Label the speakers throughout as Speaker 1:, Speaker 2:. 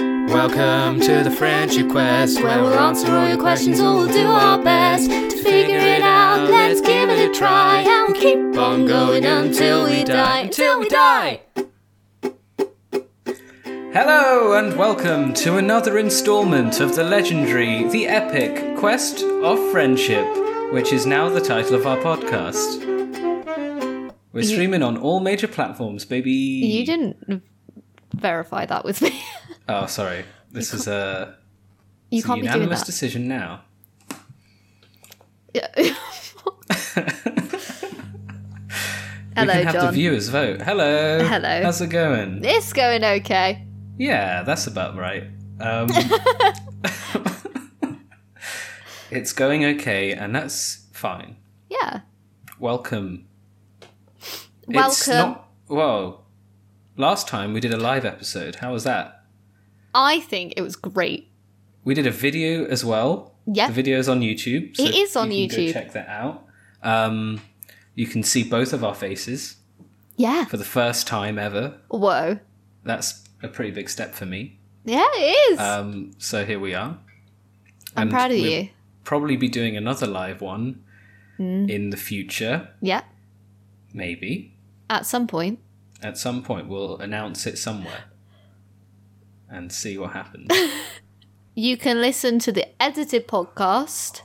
Speaker 1: Welcome to the Friendship Quest, where we'll answer all your questions or we'll do our best to figure it out. Let's give it a try and we'll keep on going until we die. Until we die!
Speaker 2: Hello and welcome to another installment of the legendary, the epic Quest of Friendship, which is now the title of our podcast. We're streaming on all major platforms, baby.
Speaker 3: You didn't verify that with me.
Speaker 2: Oh, sorry. This is a,
Speaker 3: You
Speaker 2: it's a
Speaker 3: can't be doing
Speaker 2: unanimous
Speaker 3: that.
Speaker 2: decision now.
Speaker 3: Yeah.
Speaker 2: we can
Speaker 3: Hello,
Speaker 2: have the
Speaker 3: John.
Speaker 2: viewers vote. Hello.
Speaker 3: Hello.
Speaker 2: How's it going?
Speaker 3: It's going okay.
Speaker 2: Yeah, that's about right. Um, it's going okay, and that's fine.
Speaker 3: Yeah.
Speaker 2: Welcome. It's
Speaker 3: Welcome.
Speaker 2: not. Whoa. Last time we did a live episode. How was that?
Speaker 3: I think it was great.
Speaker 2: We did a video as well.
Speaker 3: Yeah.
Speaker 2: The video's on YouTube.
Speaker 3: It is on
Speaker 2: you can go
Speaker 3: YouTube.
Speaker 2: check that out. Um, you can see both of our faces
Speaker 3: Yeah.
Speaker 2: for the first time ever.
Speaker 3: Whoa.
Speaker 2: That's a pretty big step for me.
Speaker 3: Yeah, it is.
Speaker 2: Um, so here we are.
Speaker 3: I'm
Speaker 2: And
Speaker 3: proud of
Speaker 2: we'll
Speaker 3: you.
Speaker 2: Probably be doing another live one
Speaker 3: Mm.
Speaker 2: in the future,
Speaker 3: Yeah.
Speaker 2: maybe.
Speaker 3: At some point.
Speaker 2: At some point, we'll announce it somewhere and see what happens.
Speaker 3: You can listen to the edited podcast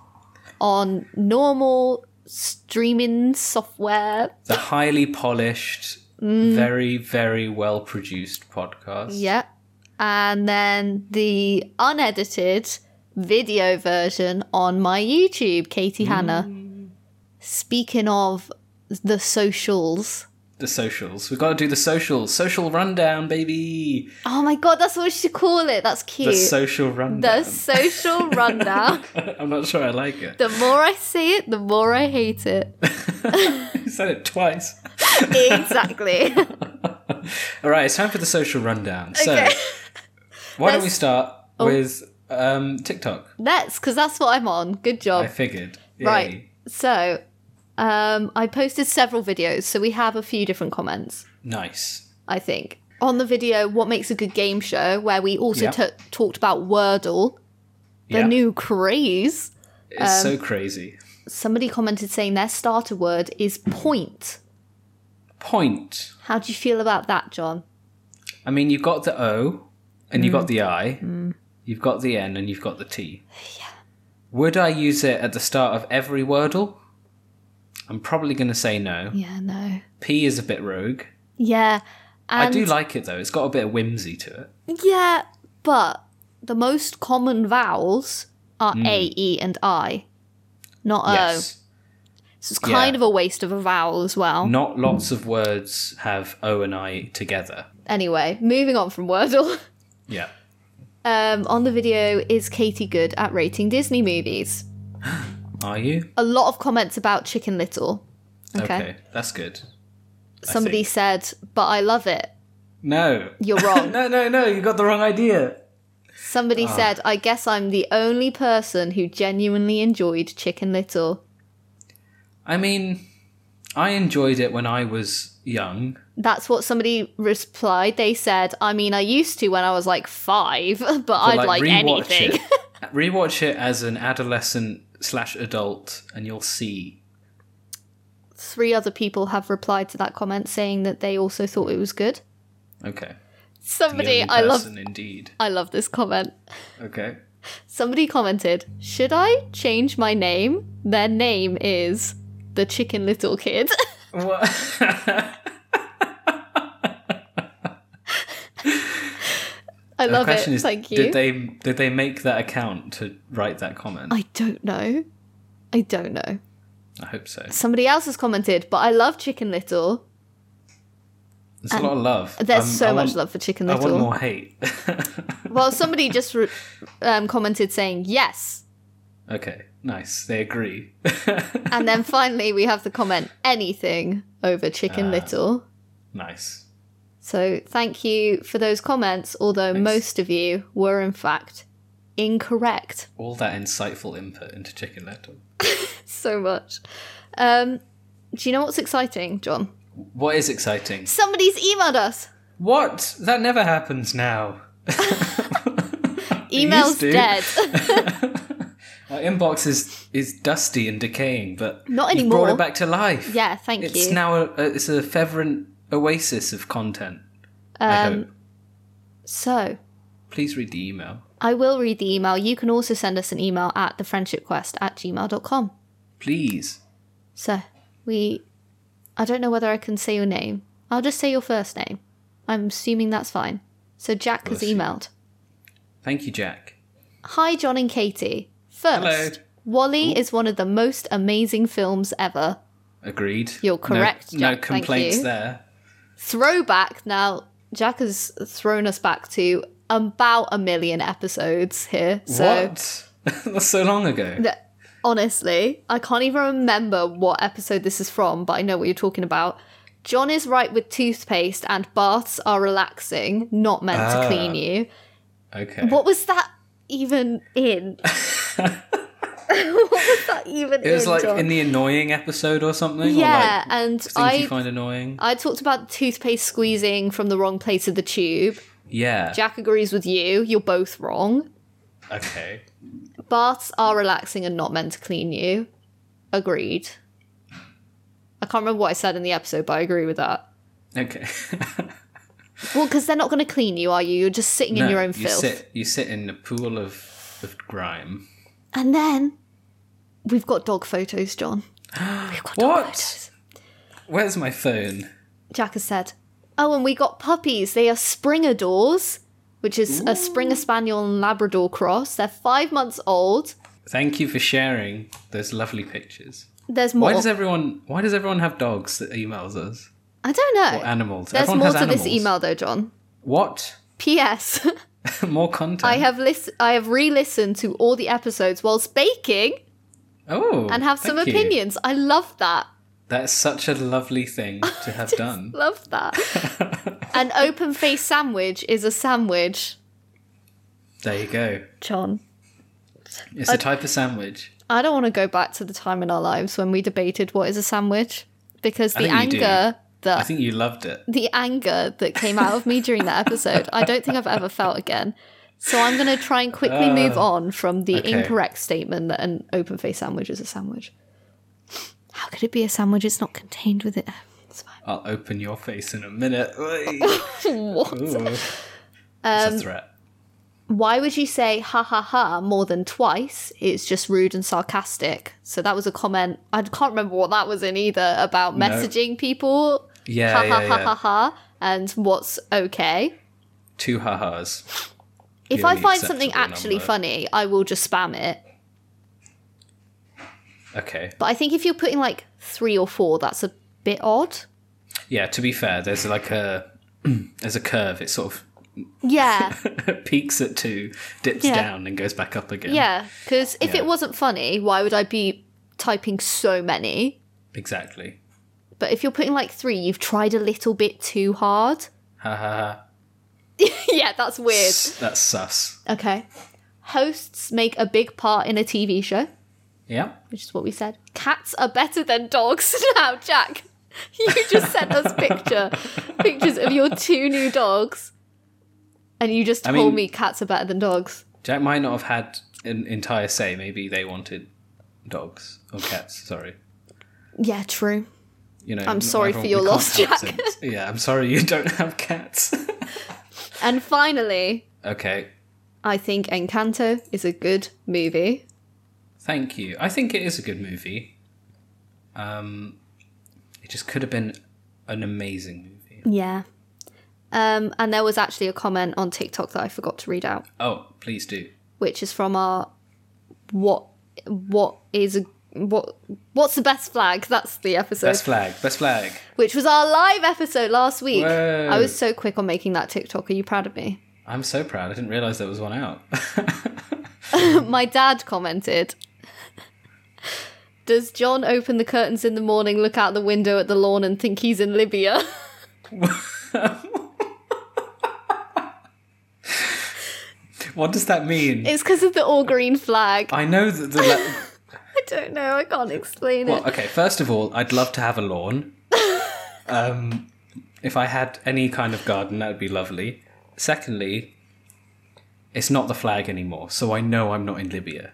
Speaker 3: on normal streaming software.
Speaker 2: the highly polished, very, very well produced podcast.
Speaker 3: Mm. Yeah. And then the unedited video version on my YouTube, Katie Hannah. Speaking of the socials.
Speaker 2: The socials. We've got to do the socials. Social rundown, baby.
Speaker 3: Oh my god, that's what we should call it. That's cute.
Speaker 2: The social rundown.
Speaker 3: The social rundown.
Speaker 2: I'm not sure I like it.
Speaker 3: the more I say it, the more I hate it.
Speaker 2: You said it twice.
Speaker 3: Exactly.
Speaker 2: All right, it's time for the social rundown. So, why don't we
Speaker 3: Let's- oh.
Speaker 2: start with um, TikTok?
Speaker 3: Let's, because that's what I'm on. Good job.
Speaker 2: I figured.
Speaker 3: Oh. Right.
Speaker 2: Yay.
Speaker 3: So, um, I posted several videos, so we have a few different comments,
Speaker 2: Nice.
Speaker 3: I think. On the video, What Makes a Good Game Show, where we also
Speaker 2: Yeah.
Speaker 3: t- talked about Wordle, the
Speaker 2: yeah.
Speaker 3: new um, craze.
Speaker 2: It's so crazy.
Speaker 3: Somebody commented saying their starter word is point.
Speaker 2: Point.
Speaker 3: How do you feel about that, John?
Speaker 2: I mean, you've got the O and you've
Speaker 3: Mm.
Speaker 2: got the I, you've got the N and you've got the T. Yeah. Would I use it at the start of every Wordle? I'm probably going to say no.
Speaker 3: Yeah, no.
Speaker 2: P is a bit rogue.
Speaker 3: Yeah. And
Speaker 2: I do like it though. It's got a bit of whimsy to it.
Speaker 3: Yeah, but the most common vowels are A, E, and I, not O.
Speaker 2: Hmm. Yes.
Speaker 3: So it's kind
Speaker 2: Yeah. Hmm.
Speaker 3: of a waste of a vowel as well.
Speaker 2: Not lots of words have O and I together.
Speaker 3: Anyway, moving on from Wordle.
Speaker 2: Yeah.
Speaker 3: Um, on the video, is Katie good at rating Disney movies?
Speaker 2: Are you?
Speaker 3: A lot of comments about Chicken Little. Okay.
Speaker 2: That's good. I
Speaker 3: Somebody
Speaker 2: think.
Speaker 3: said, but I love it.
Speaker 2: No.
Speaker 3: You're wrong.
Speaker 2: No, no, no. You got the wrong idea.
Speaker 3: Somebody
Speaker 2: Ah.
Speaker 3: said, I guess I'm the only person who genuinely enjoyed Chicken Little.
Speaker 2: I mean, I enjoyed it when I was young.
Speaker 3: That's what somebody replied. They said, I mean, I used to when I was like five, but
Speaker 2: but,
Speaker 3: I'd like,
Speaker 2: rewatch
Speaker 3: anything.
Speaker 2: It. rewatch it as an adolescent slash adult, and you'll see.
Speaker 3: Three other people have replied to that comment saying that they also thought it was good.
Speaker 2: Okay. The
Speaker 3: Somebody,
Speaker 2: only
Speaker 3: I love,
Speaker 2: person Indeed.
Speaker 3: I love this comment.
Speaker 2: Okay.
Speaker 3: Somebody commented, Should I change my name? Their name is the Chicken Little Kid.
Speaker 2: What?
Speaker 3: I
Speaker 2: The
Speaker 3: love it.
Speaker 2: question is,
Speaker 3: Thank you.
Speaker 2: did they did they make that account to write that comment? I,
Speaker 3: I don't know. I don't know.
Speaker 2: hope so.
Speaker 3: Somebody else has commented, but I love Chicken Little.
Speaker 2: There's a lot of love.
Speaker 3: There's
Speaker 2: Um,
Speaker 3: so
Speaker 2: I
Speaker 3: much
Speaker 2: want-
Speaker 3: love for Chicken
Speaker 2: I
Speaker 3: Little.
Speaker 2: want more hate.
Speaker 3: Well, somebody just re- um, commented saying yes.
Speaker 2: okay, nice. They agree.
Speaker 3: And then finally, we have the comment anything over
Speaker 2: Ah.
Speaker 3: Chicken Little.
Speaker 2: nice.
Speaker 3: So thank you for those comments, although most of you were in fact incorrect.
Speaker 2: All that insightful input into Chicken Little.
Speaker 3: So much. Um, do you know what's exciting, John?
Speaker 2: What is exciting?
Speaker 3: Somebody's emailed us.
Speaker 2: What? That never happens now.
Speaker 3: Email's
Speaker 2: do.
Speaker 3: dead.
Speaker 2: Our inbox is is dusty and decaying, but
Speaker 3: Not
Speaker 2: you've Brought
Speaker 3: anymore.
Speaker 2: it back to life.
Speaker 3: yeah, thank
Speaker 2: it's
Speaker 3: you.
Speaker 2: now a, a- it's a fervent oasis of content. I
Speaker 3: Um,
Speaker 2: hope.
Speaker 3: so
Speaker 2: Please read the email.
Speaker 3: I will read the email. You can also send us an email at thefriendshipquest at gmail.com.
Speaker 2: Please.
Speaker 3: So we I don't know whether I can say your name. I'll just say your first name. I'm assuming that's fine. So Jack has
Speaker 2: Bless you.
Speaker 3: emailed.
Speaker 2: Thank you, Jack.
Speaker 3: Hi John and Katie. First
Speaker 2: Hello.
Speaker 3: Wally is one of the most amazing films ever.
Speaker 2: Agreed.
Speaker 3: You're
Speaker 2: No-
Speaker 3: correct,
Speaker 2: No,
Speaker 3: Jack. Thank
Speaker 2: complaints
Speaker 3: you.
Speaker 2: there.
Speaker 3: Throwback now Jack has thrown us back to about a million episodes here. So
Speaker 2: what? That's so long ago.
Speaker 3: Th- honestly, I can't even remember what episode this is from, but I know what you're talking about. John is right with toothpaste and baths are relaxing, not meant to
Speaker 2: Ah.
Speaker 3: clean you.
Speaker 2: Okay.
Speaker 3: What was that even in? what was that even in?
Speaker 2: It was like
Speaker 3: John?
Speaker 2: in the annoying episode or something.
Speaker 3: yeah,
Speaker 2: Or like
Speaker 3: and
Speaker 2: things you
Speaker 3: I
Speaker 2: find annoying.
Speaker 3: I talked about toothpaste squeezing from the wrong place of the tube.
Speaker 2: Yeah.
Speaker 3: Jack agrees with you. You're both wrong.
Speaker 2: Okay.
Speaker 3: Baths are relaxing and not meant to clean you. Agreed. I can't remember what I said in the episode, but I agree with that.
Speaker 2: Okay.
Speaker 3: Well, because they're not going to clean you, are you? You're just sitting in
Speaker 2: No,
Speaker 3: your own
Speaker 2: you
Speaker 3: filth.
Speaker 2: Sit, you sit in a pool of, of grime.
Speaker 3: And then we've got dog photos, John. We've got dog
Speaker 2: What?
Speaker 3: photos.
Speaker 2: Where's my phone?
Speaker 3: Jack has said. Oh, and we got puppies. They are Springer doors, which is a Springer Spaniel and Labrador cross. They're five months old.
Speaker 2: Thank you for sharing those lovely pictures.
Speaker 3: There's more.
Speaker 2: Why does everyone Why does everyone have dogs that emails us?
Speaker 3: I don't know.
Speaker 2: Or animals?
Speaker 3: There's
Speaker 2: everyone
Speaker 3: more
Speaker 2: has
Speaker 3: to this
Speaker 2: animals.
Speaker 3: email, though, John.
Speaker 2: What?
Speaker 3: P.S.
Speaker 2: More content.
Speaker 3: I have lis- I have re-listened to all the episodes whilst baking
Speaker 2: oh,
Speaker 3: and have some
Speaker 2: thank you.
Speaker 3: opinions. I love that.
Speaker 2: That's such a lovely thing to have done.
Speaker 3: Love that. An open face sandwich is a sandwich,
Speaker 2: There you go.
Speaker 3: John.
Speaker 2: It's a type of sandwich.
Speaker 3: I don't want to go back to the time in our lives when we debated what is a sandwich because the
Speaker 2: think you do.
Speaker 3: anger
Speaker 2: I
Speaker 3: that
Speaker 2: think you loved it.
Speaker 3: the anger that came out of me during that episode, I don't think I've ever felt again. So I'm going to try and quickly move on from the
Speaker 2: Uh, okay.
Speaker 3: incorrect statement that an open face sandwich is a sandwich. How could it be a sandwich? It's not contained with it. It's fine.
Speaker 2: I'll open your face in a minute. Oi.
Speaker 3: What? Um,
Speaker 2: Ooh. That's a threat.
Speaker 3: Why would you say ha ha ha more than twice? It's just rude and sarcastic. So that was a comment. I can't remember what that was in either about messaging people.
Speaker 2: Yeah,
Speaker 3: ha ha
Speaker 2: yeah,
Speaker 3: ha
Speaker 2: yeah.
Speaker 3: ha ha. And what's okay?
Speaker 2: Two ha-has.
Speaker 3: If
Speaker 2: The
Speaker 3: I
Speaker 2: only
Speaker 3: find something
Speaker 2: acceptable
Speaker 3: actually
Speaker 2: number.
Speaker 3: funny, I will just spam it.
Speaker 2: Okay.
Speaker 3: But I think if you're putting like three or four, that's a bit odd.
Speaker 2: Yeah, to be fair, there's like a there's a curve. It sort
Speaker 3: Yeah,
Speaker 2: of peaks at two, dips
Speaker 3: Yeah.
Speaker 2: down, and goes back up again.
Speaker 3: yeah. Because if
Speaker 2: Yeah.
Speaker 3: it wasn't funny, why would I be typing so many?
Speaker 2: Exactly.
Speaker 3: But if you're putting like three, you've tried a little bit too hard.
Speaker 2: Ha ha
Speaker 3: yeah, that's
Speaker 2: ha.
Speaker 3: weird.
Speaker 2: That's sus.
Speaker 3: Okay. Hosts make a big part in a TV show,
Speaker 2: Yeah.
Speaker 3: which is what we said. Cats are better than dogs now, Jack. You just sent us picture pictures of your two new dogs. And you just
Speaker 2: I
Speaker 3: told
Speaker 2: mean-
Speaker 3: me cats are better than dogs.
Speaker 2: Jack might not have had an entire say. Maybe they wanted dogs or cats. Sorry.
Speaker 3: Yeah, true.
Speaker 2: You know.
Speaker 3: I'm
Speaker 2: not
Speaker 3: sorry for
Speaker 2: everyone- we can't
Speaker 3: your loss,
Speaker 2: help
Speaker 3: Jack.
Speaker 2: things. yeah, I'm sorry you don't have cats.
Speaker 3: And finally,
Speaker 2: okay.
Speaker 3: I think Encanto is a good movie.
Speaker 2: Thank you. I think it is a good movie. Um, it just could have been an amazing movie.
Speaker 3: Yeah. Um, and there was actually a comment on TikTok that I forgot to read out.
Speaker 2: Oh, please do.
Speaker 3: which is from our what what is a what what's the best flag that's the episode
Speaker 2: Best flag. Best flag.
Speaker 3: which was our live episode last week
Speaker 2: Whoa.
Speaker 3: i was so quick on making that tiktok are you proud of me
Speaker 2: I'm so proud. I didn't realize there was one out.
Speaker 3: my dad commented does john open the curtains in the morning look out the window at the lawn and think he's in libya
Speaker 2: what does that mean?
Speaker 3: it's because of the all green flag i
Speaker 2: I know that the. La-
Speaker 3: don't know i can't explain
Speaker 2: well,
Speaker 3: it
Speaker 2: okay, first of all, I'd love to have a lawn. Um, if I had any kind of garden, that would be lovely. Secondly, it's not the flag anymore, so I know I'm not in Libya.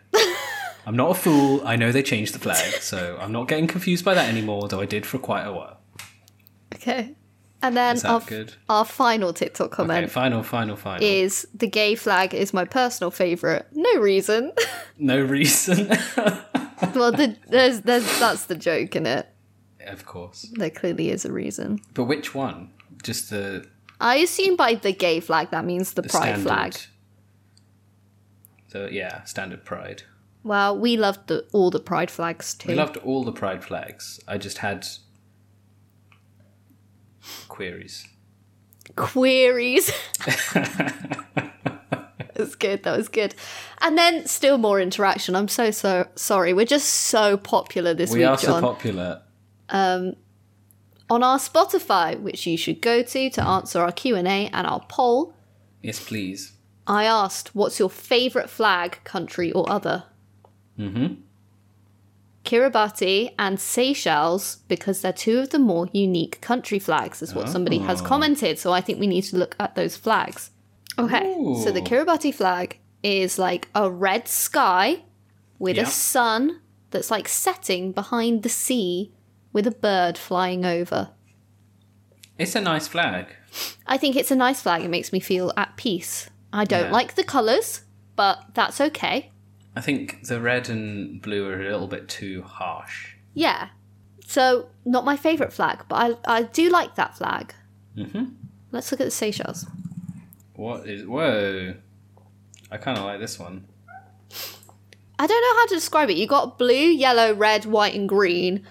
Speaker 2: I'm not a fool. I know they changed the flag, so I'm not getting confused by that anymore, though I did for quite a while.
Speaker 3: Okay. And then
Speaker 2: Is that
Speaker 3: our,
Speaker 2: good?
Speaker 3: our final TikTok comment
Speaker 2: Okay, final, final, final.
Speaker 3: is the gay flag is my personal favorite. No reason.
Speaker 2: No reason.
Speaker 3: well, the, there's there's that's the joke in it.
Speaker 2: of course.
Speaker 3: There clearly is a reason.
Speaker 2: But which one? Just the,
Speaker 3: I assume by the gay flag that means the,
Speaker 2: the
Speaker 3: pride
Speaker 2: standard.
Speaker 3: flag.
Speaker 2: So, yeah, standard pride.
Speaker 3: Well, we loved the, all the pride flags too.
Speaker 2: We loved all the pride flags. I just had queries.
Speaker 3: Queries. that was good. That was good. And then still more interaction. I'm so so sorry. We're just so popular this
Speaker 2: We
Speaker 3: week,
Speaker 2: are so
Speaker 3: John.
Speaker 2: popular.
Speaker 3: on our Spotify, which you should go to to answer our Q and A and our poll.
Speaker 2: Yes, please.
Speaker 3: I asked, "What's your favorite flag, country or other?" Mm-hmm. Kiribati and Seychelles, because they're two of the more unique country flags, is what somebody
Speaker 2: Ah.
Speaker 3: has commented. So I think we need to look at those flags. Okay, so the
Speaker 2: Ooh.
Speaker 3: Kiribati flag is like a red sky with
Speaker 2: Yeah.
Speaker 3: a sun that's like setting behind the sea with a bird flying over.
Speaker 2: It's a nice flag.
Speaker 3: I think it's a nice flag. It makes me feel at peace. I don't
Speaker 2: Yeah.
Speaker 3: like the colours, but that's okay.
Speaker 2: I think the red and blue are a little bit too harsh.
Speaker 3: Yeah. So, not my favourite flag, but I, I do like that flag.
Speaker 2: Mhm.
Speaker 3: Let's look at the Seychelles.
Speaker 2: What is. Whoa. I kind of like this one.
Speaker 3: I don't know how to describe it. You got blue, yellow, red, white, and green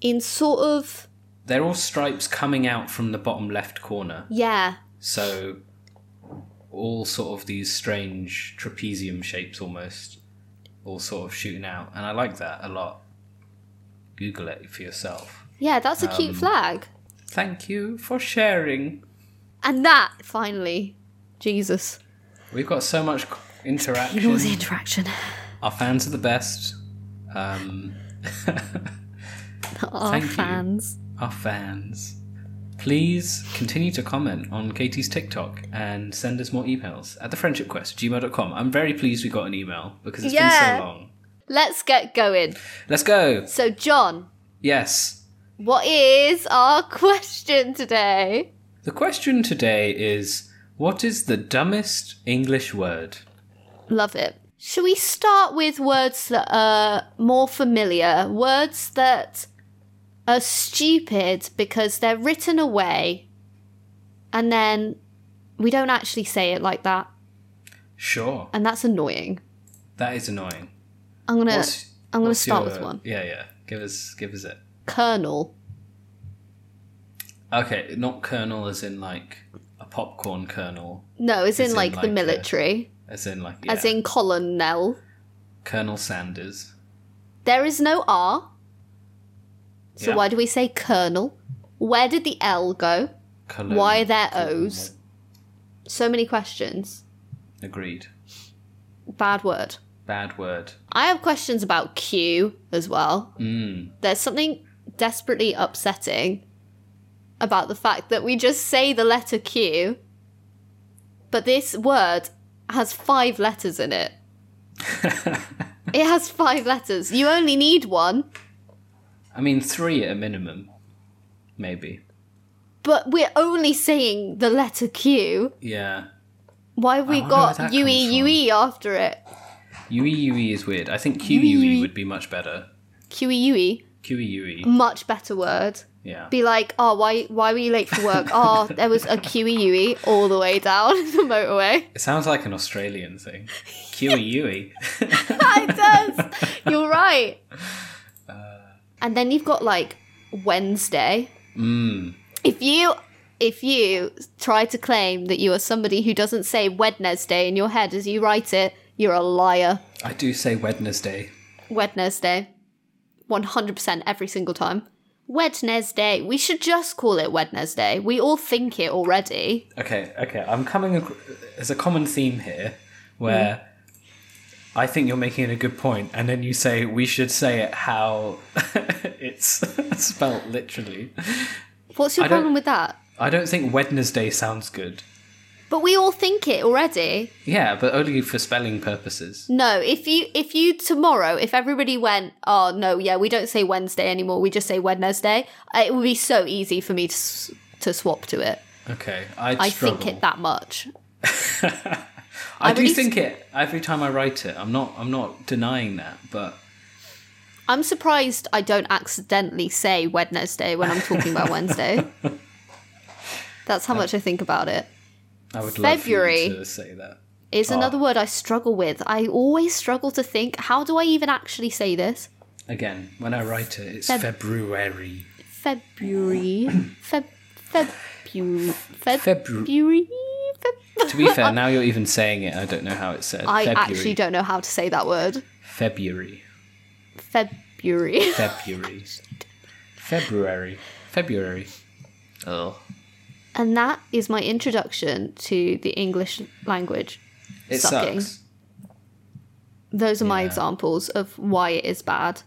Speaker 3: in sort of.
Speaker 2: They're all stripes coming out from the bottom left corner.
Speaker 3: Yeah.
Speaker 2: So, all sort of these strange trapezium shapes almost, all sort of shooting out. And I like that a lot. Google it for yourself.
Speaker 3: Yeah, that's a
Speaker 2: Um,
Speaker 3: cute flag.
Speaker 2: Thank you for sharing.
Speaker 3: And that, finally. Jesus.
Speaker 2: We've got so much c-
Speaker 3: It was
Speaker 2: interaction.
Speaker 3: interaction.
Speaker 2: Our fans are the best. Um,
Speaker 3: Our
Speaker 2: Thank you.
Speaker 3: fans.
Speaker 2: our fans. Please continue to comment on Katie's TikTok and send us more emails at thefriendshipquest@gmail.com. I'm very pleased we got an email because it's been
Speaker 3: Yeah.
Speaker 2: so long.
Speaker 3: Let's get going.
Speaker 2: Let's go.
Speaker 3: So, John,
Speaker 2: Yes.
Speaker 3: what is our question today?
Speaker 2: The question today is what is the dumbest English word?
Speaker 3: Love it. Should we start with words that are more familiar? Words that are stupid because they're written away and then we don't actually say it like that.
Speaker 2: Sure.
Speaker 3: And that's annoying.
Speaker 2: That is annoying.
Speaker 3: I'm going to
Speaker 2: What's-
Speaker 3: I'm going to
Speaker 2: what's
Speaker 3: start
Speaker 2: your-
Speaker 3: with one.
Speaker 2: Yeah, yeah. Give us give us it.
Speaker 3: Colonel.
Speaker 2: Okay, not kernel as in like a popcorn kernel,
Speaker 3: No, as in,
Speaker 2: in
Speaker 3: like,
Speaker 2: like
Speaker 3: the
Speaker 2: a-
Speaker 3: military,
Speaker 2: as in like
Speaker 3: as
Speaker 2: yeah,
Speaker 3: in colonel.
Speaker 2: Colonel Sanders.
Speaker 3: There is no R. So
Speaker 2: Yeah.
Speaker 3: why do we say colonel? Where did the L go?
Speaker 2: Colonel.
Speaker 3: Why are there O's? So many questions.
Speaker 2: Agreed.
Speaker 3: Bad word.
Speaker 2: Bad word.
Speaker 3: I have questions about Q as well.
Speaker 2: Mm.
Speaker 3: There's something desperately upsetting about the fact that we just say the letter Q, but this word has five letters in it. it has five letters. You only need one,
Speaker 2: I mean, three at a minimum, maybe.
Speaker 3: but we're only saying the letter Q.
Speaker 2: Yeah.
Speaker 3: Why have we
Speaker 2: wonder where
Speaker 3: got
Speaker 2: that
Speaker 3: UE
Speaker 2: comes from.
Speaker 3: UE E after it?
Speaker 2: UE UE is weird. I think
Speaker 3: UE.
Speaker 2: QUE would be much better.
Speaker 3: QE UE.
Speaker 2: QUE.
Speaker 3: E Much better word.
Speaker 2: Yeah.
Speaker 3: be like, oh, why why were you late for work? oh, there was a QEUE all the way down the motorway.
Speaker 2: It sounds like an Australian thing. QUE.
Speaker 3: it does. You're right.
Speaker 2: Uh.
Speaker 3: And then you've got like Wednesday.
Speaker 2: Mmm.
Speaker 3: If you if you try to claim that you are somebody who doesn't say Wednesday in your head as you write it, you're a liar.
Speaker 2: I do say Wednesday.
Speaker 3: Wednesday. 100% every single time. Wednesday. We should just call it Wednesday. We all think it already.
Speaker 2: Okay, okay. I'm coming. ac- There's a common theme here where
Speaker 3: Mm.
Speaker 2: I think you're making a good point, and then you say we should say it how it's spelt literally.
Speaker 3: What's your
Speaker 2: I don't-
Speaker 3: problem with that?
Speaker 2: I don't think Wednesday sounds good.
Speaker 3: But we all think it already.
Speaker 2: Yeah, but only for spelling purposes.
Speaker 3: No, if you if you tomorrow, if everybody went, oh no, yeah, we don't say Wednesday anymore. We just say Wednesday. It would be so easy for me to s- to swap to it.
Speaker 2: Okay, I'd
Speaker 3: I
Speaker 2: struggle.
Speaker 3: think it that much.
Speaker 2: I,
Speaker 3: I
Speaker 2: do
Speaker 3: really s-
Speaker 2: think it every time I write it. I'm not. I'm not denying that, but
Speaker 3: I'm surprised I don't accidentally say Wednesday when I'm talking about Wednesday. That's how much I think about it.
Speaker 2: I would
Speaker 3: February.
Speaker 2: love for you to say that.
Speaker 3: Is another word I struggle with. I always struggle to think how do I even actually say this?
Speaker 2: Again, when I write it, it's
Speaker 3: Feb-
Speaker 2: February.
Speaker 3: February. Feb. February.
Speaker 2: Febru-
Speaker 3: February. Feb-
Speaker 2: To be fair, now you're even saying it. I don't know how it's said.
Speaker 3: I
Speaker 2: February.
Speaker 3: actually don't know how to say that word.
Speaker 2: February.
Speaker 3: February.
Speaker 2: February. February. February. Oh.
Speaker 3: and that is my introduction to the English language.
Speaker 2: It
Speaker 3: Sucking.
Speaker 2: sucks.
Speaker 3: Those are my
Speaker 2: Yeah.
Speaker 3: examples of why it is bad.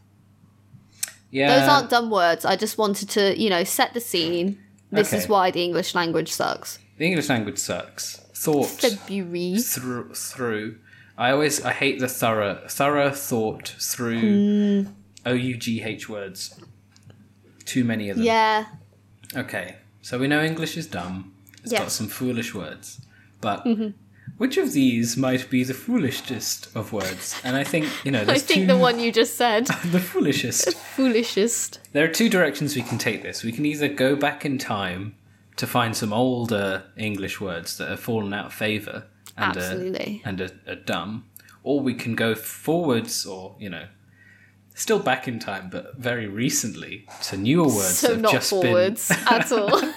Speaker 2: Yeah.
Speaker 3: Those aren't dumb words. I just wanted to, you know, set the scene. This is
Speaker 2: Okay.
Speaker 3: why the English language sucks.
Speaker 2: The English language sucks. Thought
Speaker 3: February.
Speaker 2: through through. I always I hate the thorough thorough thought through
Speaker 3: Hmm.
Speaker 2: O U G H words. Too many of them.
Speaker 3: Yeah.
Speaker 2: Okay. So we know English is dumb. It's
Speaker 3: Yeah.
Speaker 2: got some foolish words. But
Speaker 3: Mm-hmm.
Speaker 2: which of these might be the foolishest of words? And I think, you know,
Speaker 3: I
Speaker 2: there's
Speaker 3: think
Speaker 2: two,
Speaker 3: the one you just said.
Speaker 2: the foolishest.
Speaker 3: Foolishest.
Speaker 2: There are two directions we can take this. We can either go back in time to find some older English words that have fallen out of favour and
Speaker 3: Absolutely.
Speaker 2: are, and are, are dumb, or we can go forwards or, you know, still back in time but very recently to newer words that
Speaker 3: So
Speaker 2: have
Speaker 3: not
Speaker 2: just been.
Speaker 3: forwards at all.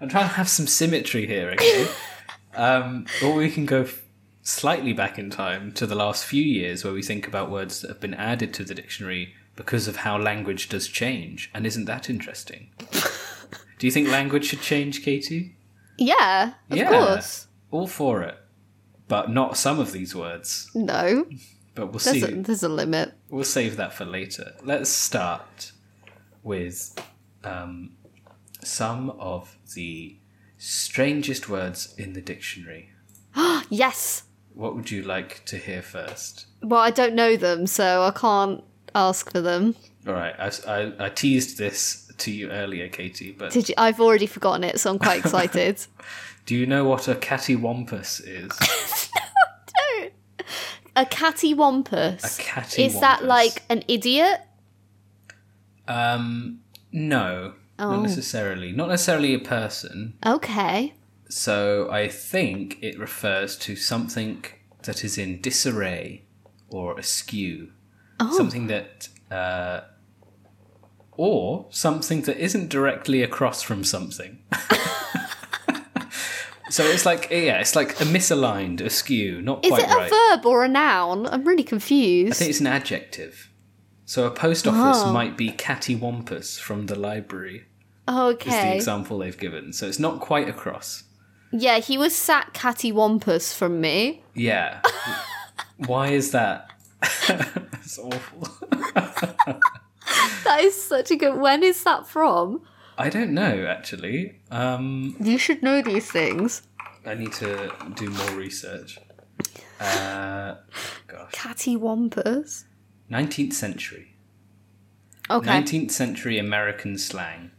Speaker 2: I'm trying to have some symmetry here, okay? um, or we can go f- slightly back in time to the last few years where we think about words that have been added to the dictionary because of how language does change. And isn't that interesting? Do you think language should change, Katie?
Speaker 3: yeah, of course.
Speaker 2: All for it. But not some of these words.
Speaker 3: No,
Speaker 2: But we'll
Speaker 3: there's
Speaker 2: see.
Speaker 3: a, there's a limit.
Speaker 2: We'll save that for later. Let's start with um, some of the strangest words in the dictionary.
Speaker 3: Yes.
Speaker 2: What would you like to hear first?
Speaker 3: Well, I don't know them, so I can't ask for them.
Speaker 2: All right, I, I, I teased this to you earlier, Katie, but
Speaker 3: Did you, I've already forgotten it, so I'm quite excited.
Speaker 2: do you know what a cattywampus is?
Speaker 3: a cattywampus.
Speaker 2: A
Speaker 3: Is that
Speaker 2: cattywampus.
Speaker 3: like an idiot?
Speaker 2: um, no,
Speaker 3: Oh.
Speaker 2: not necessarily. Not necessarily a person.
Speaker 3: Okay.
Speaker 2: So I think it refers to something that is in disarray or askew.
Speaker 3: Oh.
Speaker 2: Something that. Uh, or something that isn't directly across from something. so it's like, yeah, it's like a misaligned, askew, not
Speaker 3: Is
Speaker 2: quite
Speaker 3: it a
Speaker 2: right.
Speaker 3: verb or a noun? I'm really confused.
Speaker 2: I think it's an adjective. So a post office
Speaker 3: Oh.
Speaker 2: might be cattywampus from the library, is the
Speaker 3: okay.
Speaker 2: example they've given. So it's not quite across.
Speaker 3: Yeah, he was sat cattywampus from me.
Speaker 2: Yeah. Why is that? It's awful.
Speaker 3: That is such a good. When is that from?
Speaker 2: I don't know actually. Um,
Speaker 3: You should know these things.
Speaker 2: I need to do more research. Uh, gosh,
Speaker 3: Cattywampus.
Speaker 2: nineteenth century,
Speaker 3: Okay.
Speaker 2: nineteenth century American slang.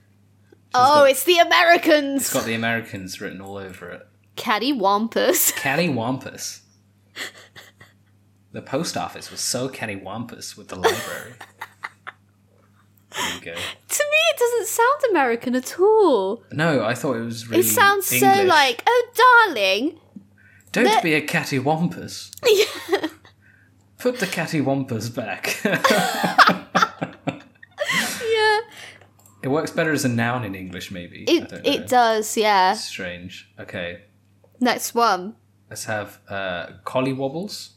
Speaker 3: oh, it's the Americans.
Speaker 2: It's got the Americans written all over it.
Speaker 3: Cattywampus.
Speaker 2: Cattywampus. The post office was so cattywampus with the library. There you go.
Speaker 3: to me, it doesn't sound American at all.
Speaker 2: No, I thought it was really.
Speaker 3: It sounds so
Speaker 2: English.
Speaker 3: like, oh, darling.
Speaker 2: Don't
Speaker 3: But-
Speaker 2: be a cattywampus. Put the cattywampus back.
Speaker 3: Yeah.
Speaker 2: it works better as a noun in English, maybe. I
Speaker 3: It
Speaker 2: don't know.
Speaker 3: it does. Yeah.
Speaker 2: Strange. Okay,
Speaker 3: Next one.
Speaker 2: let's have uh, collywobbles.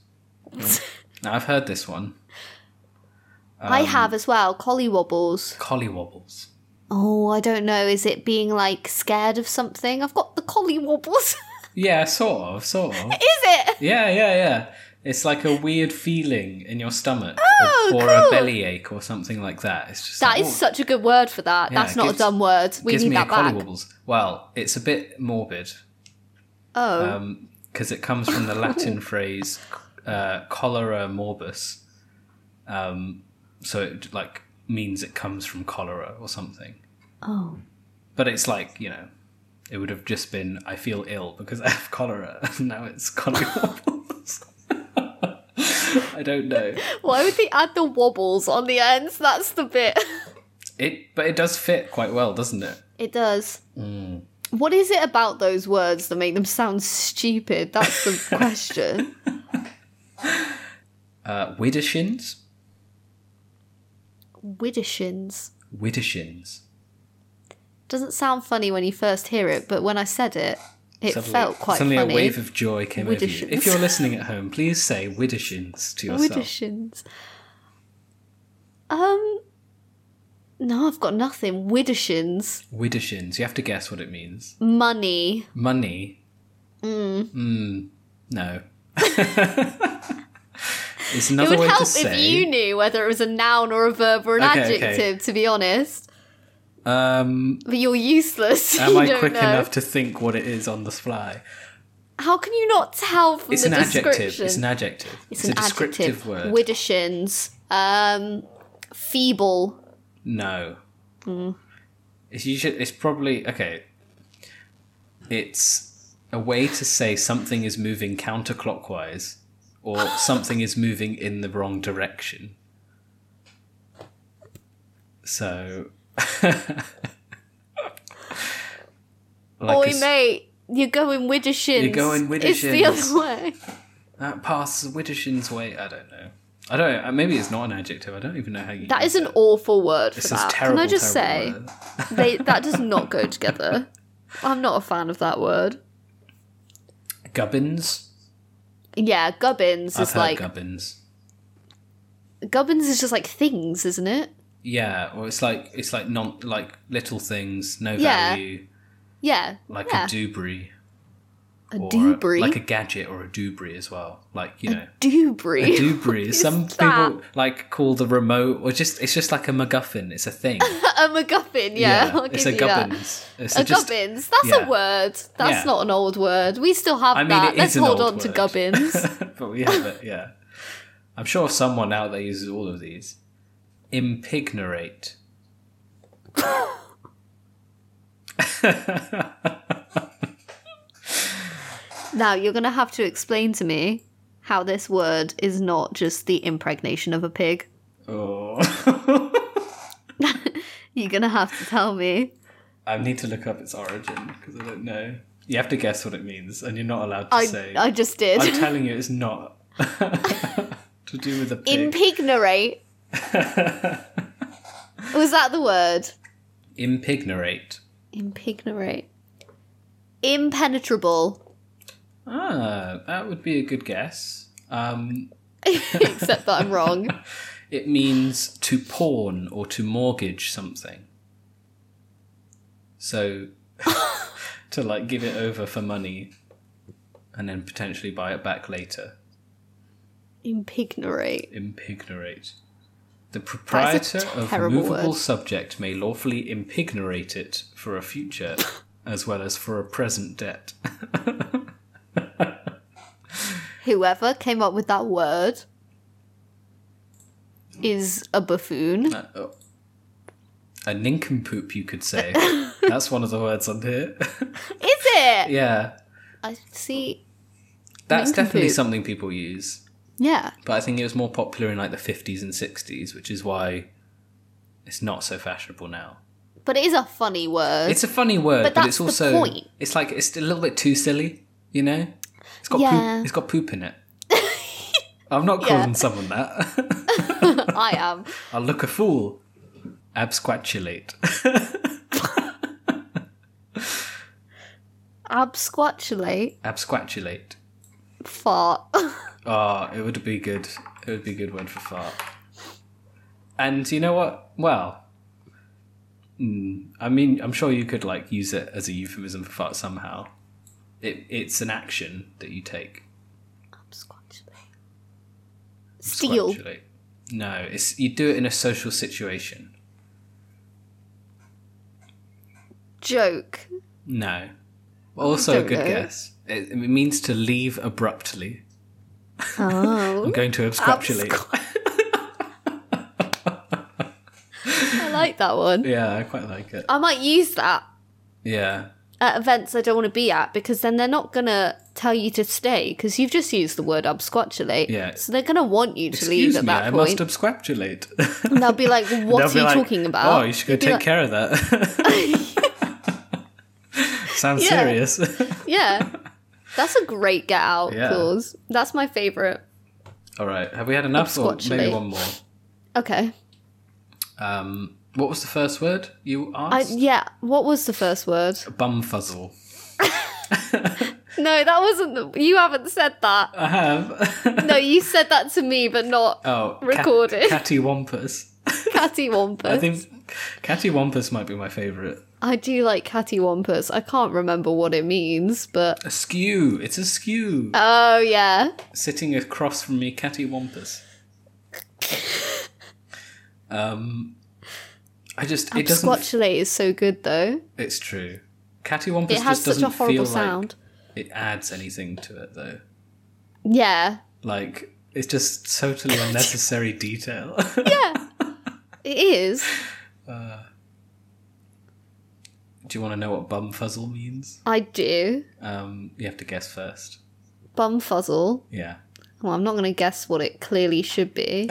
Speaker 2: now I've heard this one.
Speaker 3: I
Speaker 2: Um,
Speaker 3: have as well. Collywobbles.
Speaker 2: Collywobbles.
Speaker 3: Oh, I don't know. Is it being like scared of something? I've got the collywobbles.
Speaker 2: Yeah, sort of, sort of.
Speaker 3: Is it?
Speaker 2: yeah, yeah, yeah. It's like a weird feeling in your stomach,
Speaker 3: Oh,
Speaker 2: or, or a
Speaker 3: cool.
Speaker 2: bellyache, or something like that. It's just
Speaker 3: That
Speaker 2: like,
Speaker 3: is
Speaker 2: "Oh,
Speaker 3: such a good word for that.
Speaker 2: Yeah,
Speaker 3: That's
Speaker 2: it
Speaker 3: not
Speaker 2: gives-
Speaker 3: a dumb word. We
Speaker 2: gives
Speaker 3: need
Speaker 2: me
Speaker 3: that
Speaker 2: a
Speaker 3: back.
Speaker 2: collywobbles. Well, it's a bit morbid.
Speaker 3: Oh.
Speaker 2: because it comes from the Latin phrase uh, cholera morbus. Um, so it like means it comes from cholera or something.
Speaker 3: oh.
Speaker 2: But it's like you know, it would have just been I feel ill because I have cholera. and now it's cholera morbus. I don't know.
Speaker 3: Why would they add the wobbles on the ends? That's the bit.
Speaker 2: It but it does fit quite well, doesn't it?
Speaker 3: It does.
Speaker 2: Mm.
Speaker 3: What is it about those words that make them sound stupid? That's the question.
Speaker 2: Uh, Widdershins.
Speaker 3: Widdershins.
Speaker 2: Widdershins.
Speaker 3: Doesn't sound funny when you first hear it, but when I said it, it
Speaker 2: Suddenly-
Speaker 3: felt quite
Speaker 2: suddenly
Speaker 3: funny.
Speaker 2: a wave of joy came over you.
Speaker 3: Widdershins.
Speaker 2: If you're listening at home, please say Widdershins to yourself.
Speaker 3: Widdershins. Um. No, I've got nothing. Widdershins.
Speaker 2: Widdershins. You have to guess what it means.
Speaker 3: Money.
Speaker 2: Money. Mm. No. it's another
Speaker 3: it would
Speaker 2: way
Speaker 3: help
Speaker 2: to
Speaker 3: if
Speaker 2: say.
Speaker 3: you knew whether it was a noun or a verb or an
Speaker 2: Okay, okay.
Speaker 3: adjective, to be honest.
Speaker 2: um,
Speaker 3: But you're useless.
Speaker 2: am
Speaker 3: you
Speaker 2: I
Speaker 3: don't
Speaker 2: quick
Speaker 3: know.
Speaker 2: enough to think what it is on the fly?
Speaker 3: How can you not tell from
Speaker 2: It's
Speaker 3: the
Speaker 2: an adjective.
Speaker 3: description?
Speaker 2: It's an adjective. It's,
Speaker 3: an
Speaker 2: a descriptive
Speaker 3: adjective.
Speaker 2: word.
Speaker 3: Widdershins. Um, feeble.
Speaker 2: No.
Speaker 3: Mm.
Speaker 2: It's usually it's probably okay. It's a way to say something is moving counterclockwise or something is moving in the wrong direction. So like
Speaker 3: Oi,
Speaker 2: a s-
Speaker 3: mate, you're going Widdershins.
Speaker 2: You're going
Speaker 3: It's the
Speaker 2: Widdershins.
Speaker 3: other way.
Speaker 2: that passes Widdershins way. I don't know. I don't. uh, Maybe it's not an adjective. I don't even know how you.
Speaker 3: That
Speaker 2: use
Speaker 3: is an
Speaker 2: it.
Speaker 3: awful word for
Speaker 2: This is
Speaker 3: that.
Speaker 2: terrible.
Speaker 3: Can I just say
Speaker 2: terrible word.
Speaker 3: they, that does not go together? I'm not a fan of that word.
Speaker 2: gubbins?
Speaker 3: Yeah, gubbins
Speaker 2: I've
Speaker 3: is
Speaker 2: heard
Speaker 3: like
Speaker 2: gubbins.
Speaker 3: gubbins is just like things, isn't it?
Speaker 2: Yeah, or it's like it's like non like little things, no
Speaker 3: Yeah.
Speaker 2: value,
Speaker 3: Yeah,
Speaker 2: like
Speaker 3: yeah.
Speaker 2: a doobry,
Speaker 3: a
Speaker 2: or
Speaker 3: doobry,
Speaker 2: like a gadget or a doobry as well. Like you know, a
Speaker 3: doobry.
Speaker 2: doobry. is some
Speaker 3: that?
Speaker 2: people like call the remote, or just it's just like a MacGuffin. It's a thing.
Speaker 3: a MacGuffin. Yeah, I'll give
Speaker 2: it's a
Speaker 3: you that.
Speaker 2: gubbins. It's
Speaker 3: A
Speaker 2: just-
Speaker 3: gubbins. That's
Speaker 2: yeah.
Speaker 3: a word. That's
Speaker 2: Yeah.
Speaker 3: not an old word. We still have
Speaker 2: I mean,
Speaker 3: that.
Speaker 2: it
Speaker 3: Let's
Speaker 2: is an
Speaker 3: hold
Speaker 2: old
Speaker 3: on to
Speaker 2: word.
Speaker 3: gubbins.
Speaker 2: but we have it. Yeah, I'm sure someone out there uses all of these. Impignorate.
Speaker 3: now you're gonna have to explain to me how this word is not just the impregnation of a pig.
Speaker 2: Oh.
Speaker 3: You're gonna have to tell me.
Speaker 2: I need to look up its origin because I don't know. You have to guess what it means, and you're not allowed to
Speaker 3: I,
Speaker 2: say.
Speaker 3: I just did.
Speaker 2: am telling you, it's not to do with the pig.
Speaker 3: Impignorate. Was that the word?
Speaker 2: Impignorate.
Speaker 3: Impignorate. Impenetrable.
Speaker 2: Ah, that would be a good guess. Um,
Speaker 3: Except that I'm wrong.
Speaker 2: it means to pawn or to mortgage something. So, to like give it over for money, and then potentially buy it back later.
Speaker 3: Impignorate.
Speaker 2: impignorate. The proprietor of
Speaker 3: terrible
Speaker 2: movable
Speaker 3: word.
Speaker 2: subject may lawfully impignorate it for a future as well as for a present debt.
Speaker 3: Whoever came up with that word is a buffoon.
Speaker 2: Uh, oh. A nincompoop, you could say. That's one of the words on here.
Speaker 3: Is it?
Speaker 2: yeah,
Speaker 3: I see.
Speaker 2: that's definitely
Speaker 3: Nincompoop.
Speaker 2: something people use.
Speaker 3: Yeah.
Speaker 2: But I think it was more popular in like the 50s and 60s, which is why it's not so fashionable now.
Speaker 3: But it is a funny word.
Speaker 2: It's a funny word, but,
Speaker 3: But
Speaker 2: it's
Speaker 3: that's the
Speaker 2: also
Speaker 3: point.
Speaker 2: it's like it's a little bit too silly, you know. It's got
Speaker 3: Yeah.
Speaker 2: poop, it's got poop in it. I'm not
Speaker 3: Yeah.
Speaker 2: calling someone that.
Speaker 3: I am.
Speaker 2: I'll look a fool. Absquatulate.
Speaker 3: Absquatulate.
Speaker 2: Absquatulate.
Speaker 3: Fart.
Speaker 2: Oh, it would be good. It would be a good word for fart. And you know what? Well, mm, I mean, I'm sure you could like use it as a euphemism for fart somehow. It, it's an action that you take.
Speaker 3: Absquatulate. Steal.
Speaker 2: Squatulate. No, it's you do it in a social situation.
Speaker 3: Joke.
Speaker 2: No. Also, a
Speaker 3: Don't
Speaker 2: good
Speaker 3: know.
Speaker 2: guess. It it means to leave abruptly.
Speaker 3: Oh.
Speaker 2: I'm going to abscopulate.
Speaker 3: I like that one.
Speaker 2: yeah, I quite like it.
Speaker 3: I might use that
Speaker 2: Yeah.
Speaker 3: at events I don't want to be at because then they're not going to tell you to stay because you've just used the word absquatulate.
Speaker 2: Yeah.
Speaker 3: So they're going to want you to
Speaker 2: Excuse
Speaker 3: leave at
Speaker 2: me,
Speaker 3: that
Speaker 2: I
Speaker 3: point.
Speaker 2: must abscopulate.
Speaker 3: And they'll be like, what
Speaker 2: They'll
Speaker 3: are
Speaker 2: be
Speaker 3: you
Speaker 2: like,
Speaker 3: talking about?
Speaker 2: Oh, you should go
Speaker 3: You'd be
Speaker 2: take
Speaker 3: like,
Speaker 2: care of that. Sounds
Speaker 3: Yeah.
Speaker 2: serious.
Speaker 3: Yeah. That's a great get out
Speaker 2: Yeah.
Speaker 3: clause. That's my favourite.
Speaker 2: All right, have we had enough? Or maybe
Speaker 3: Absquatulate.
Speaker 2: one more.
Speaker 3: Okay.
Speaker 2: Um, what was the first word you
Speaker 3: I,
Speaker 2: asked?
Speaker 3: yeah. What was the first word?
Speaker 2: Bumfuzzle.
Speaker 3: No, that wasn't. The, you haven't said that.
Speaker 2: I have.
Speaker 3: No, you said that to me, but not
Speaker 2: oh,
Speaker 3: Recorded.
Speaker 2: Cat- cattywampus.
Speaker 3: cattywampus.
Speaker 2: I
Speaker 3: I,
Speaker 2: think cattywampus might be my favourite.
Speaker 3: do like cattywampus. I can't remember what it means, but
Speaker 2: Askew. It's askew.
Speaker 3: oh yeah,
Speaker 2: Sitting across from me, cattywampus. um, I just it doesn't.
Speaker 3: absquatulate is so good though.
Speaker 2: It's true. Cattywampus
Speaker 3: It has
Speaker 2: just
Speaker 3: such
Speaker 2: doesn't
Speaker 3: a
Speaker 2: feel
Speaker 3: horrible
Speaker 2: like
Speaker 3: sound.
Speaker 2: it adds anything to it though.
Speaker 3: Yeah,
Speaker 2: Like it's just totally unnecessary detail.
Speaker 3: yeah, it is.
Speaker 2: Do you want to know what bumfuzzle means?
Speaker 3: I do
Speaker 2: Um, you have to guess first.
Speaker 3: bumfuzzle.
Speaker 2: Yeah.
Speaker 3: Well, I'm not going to guess what it clearly should be.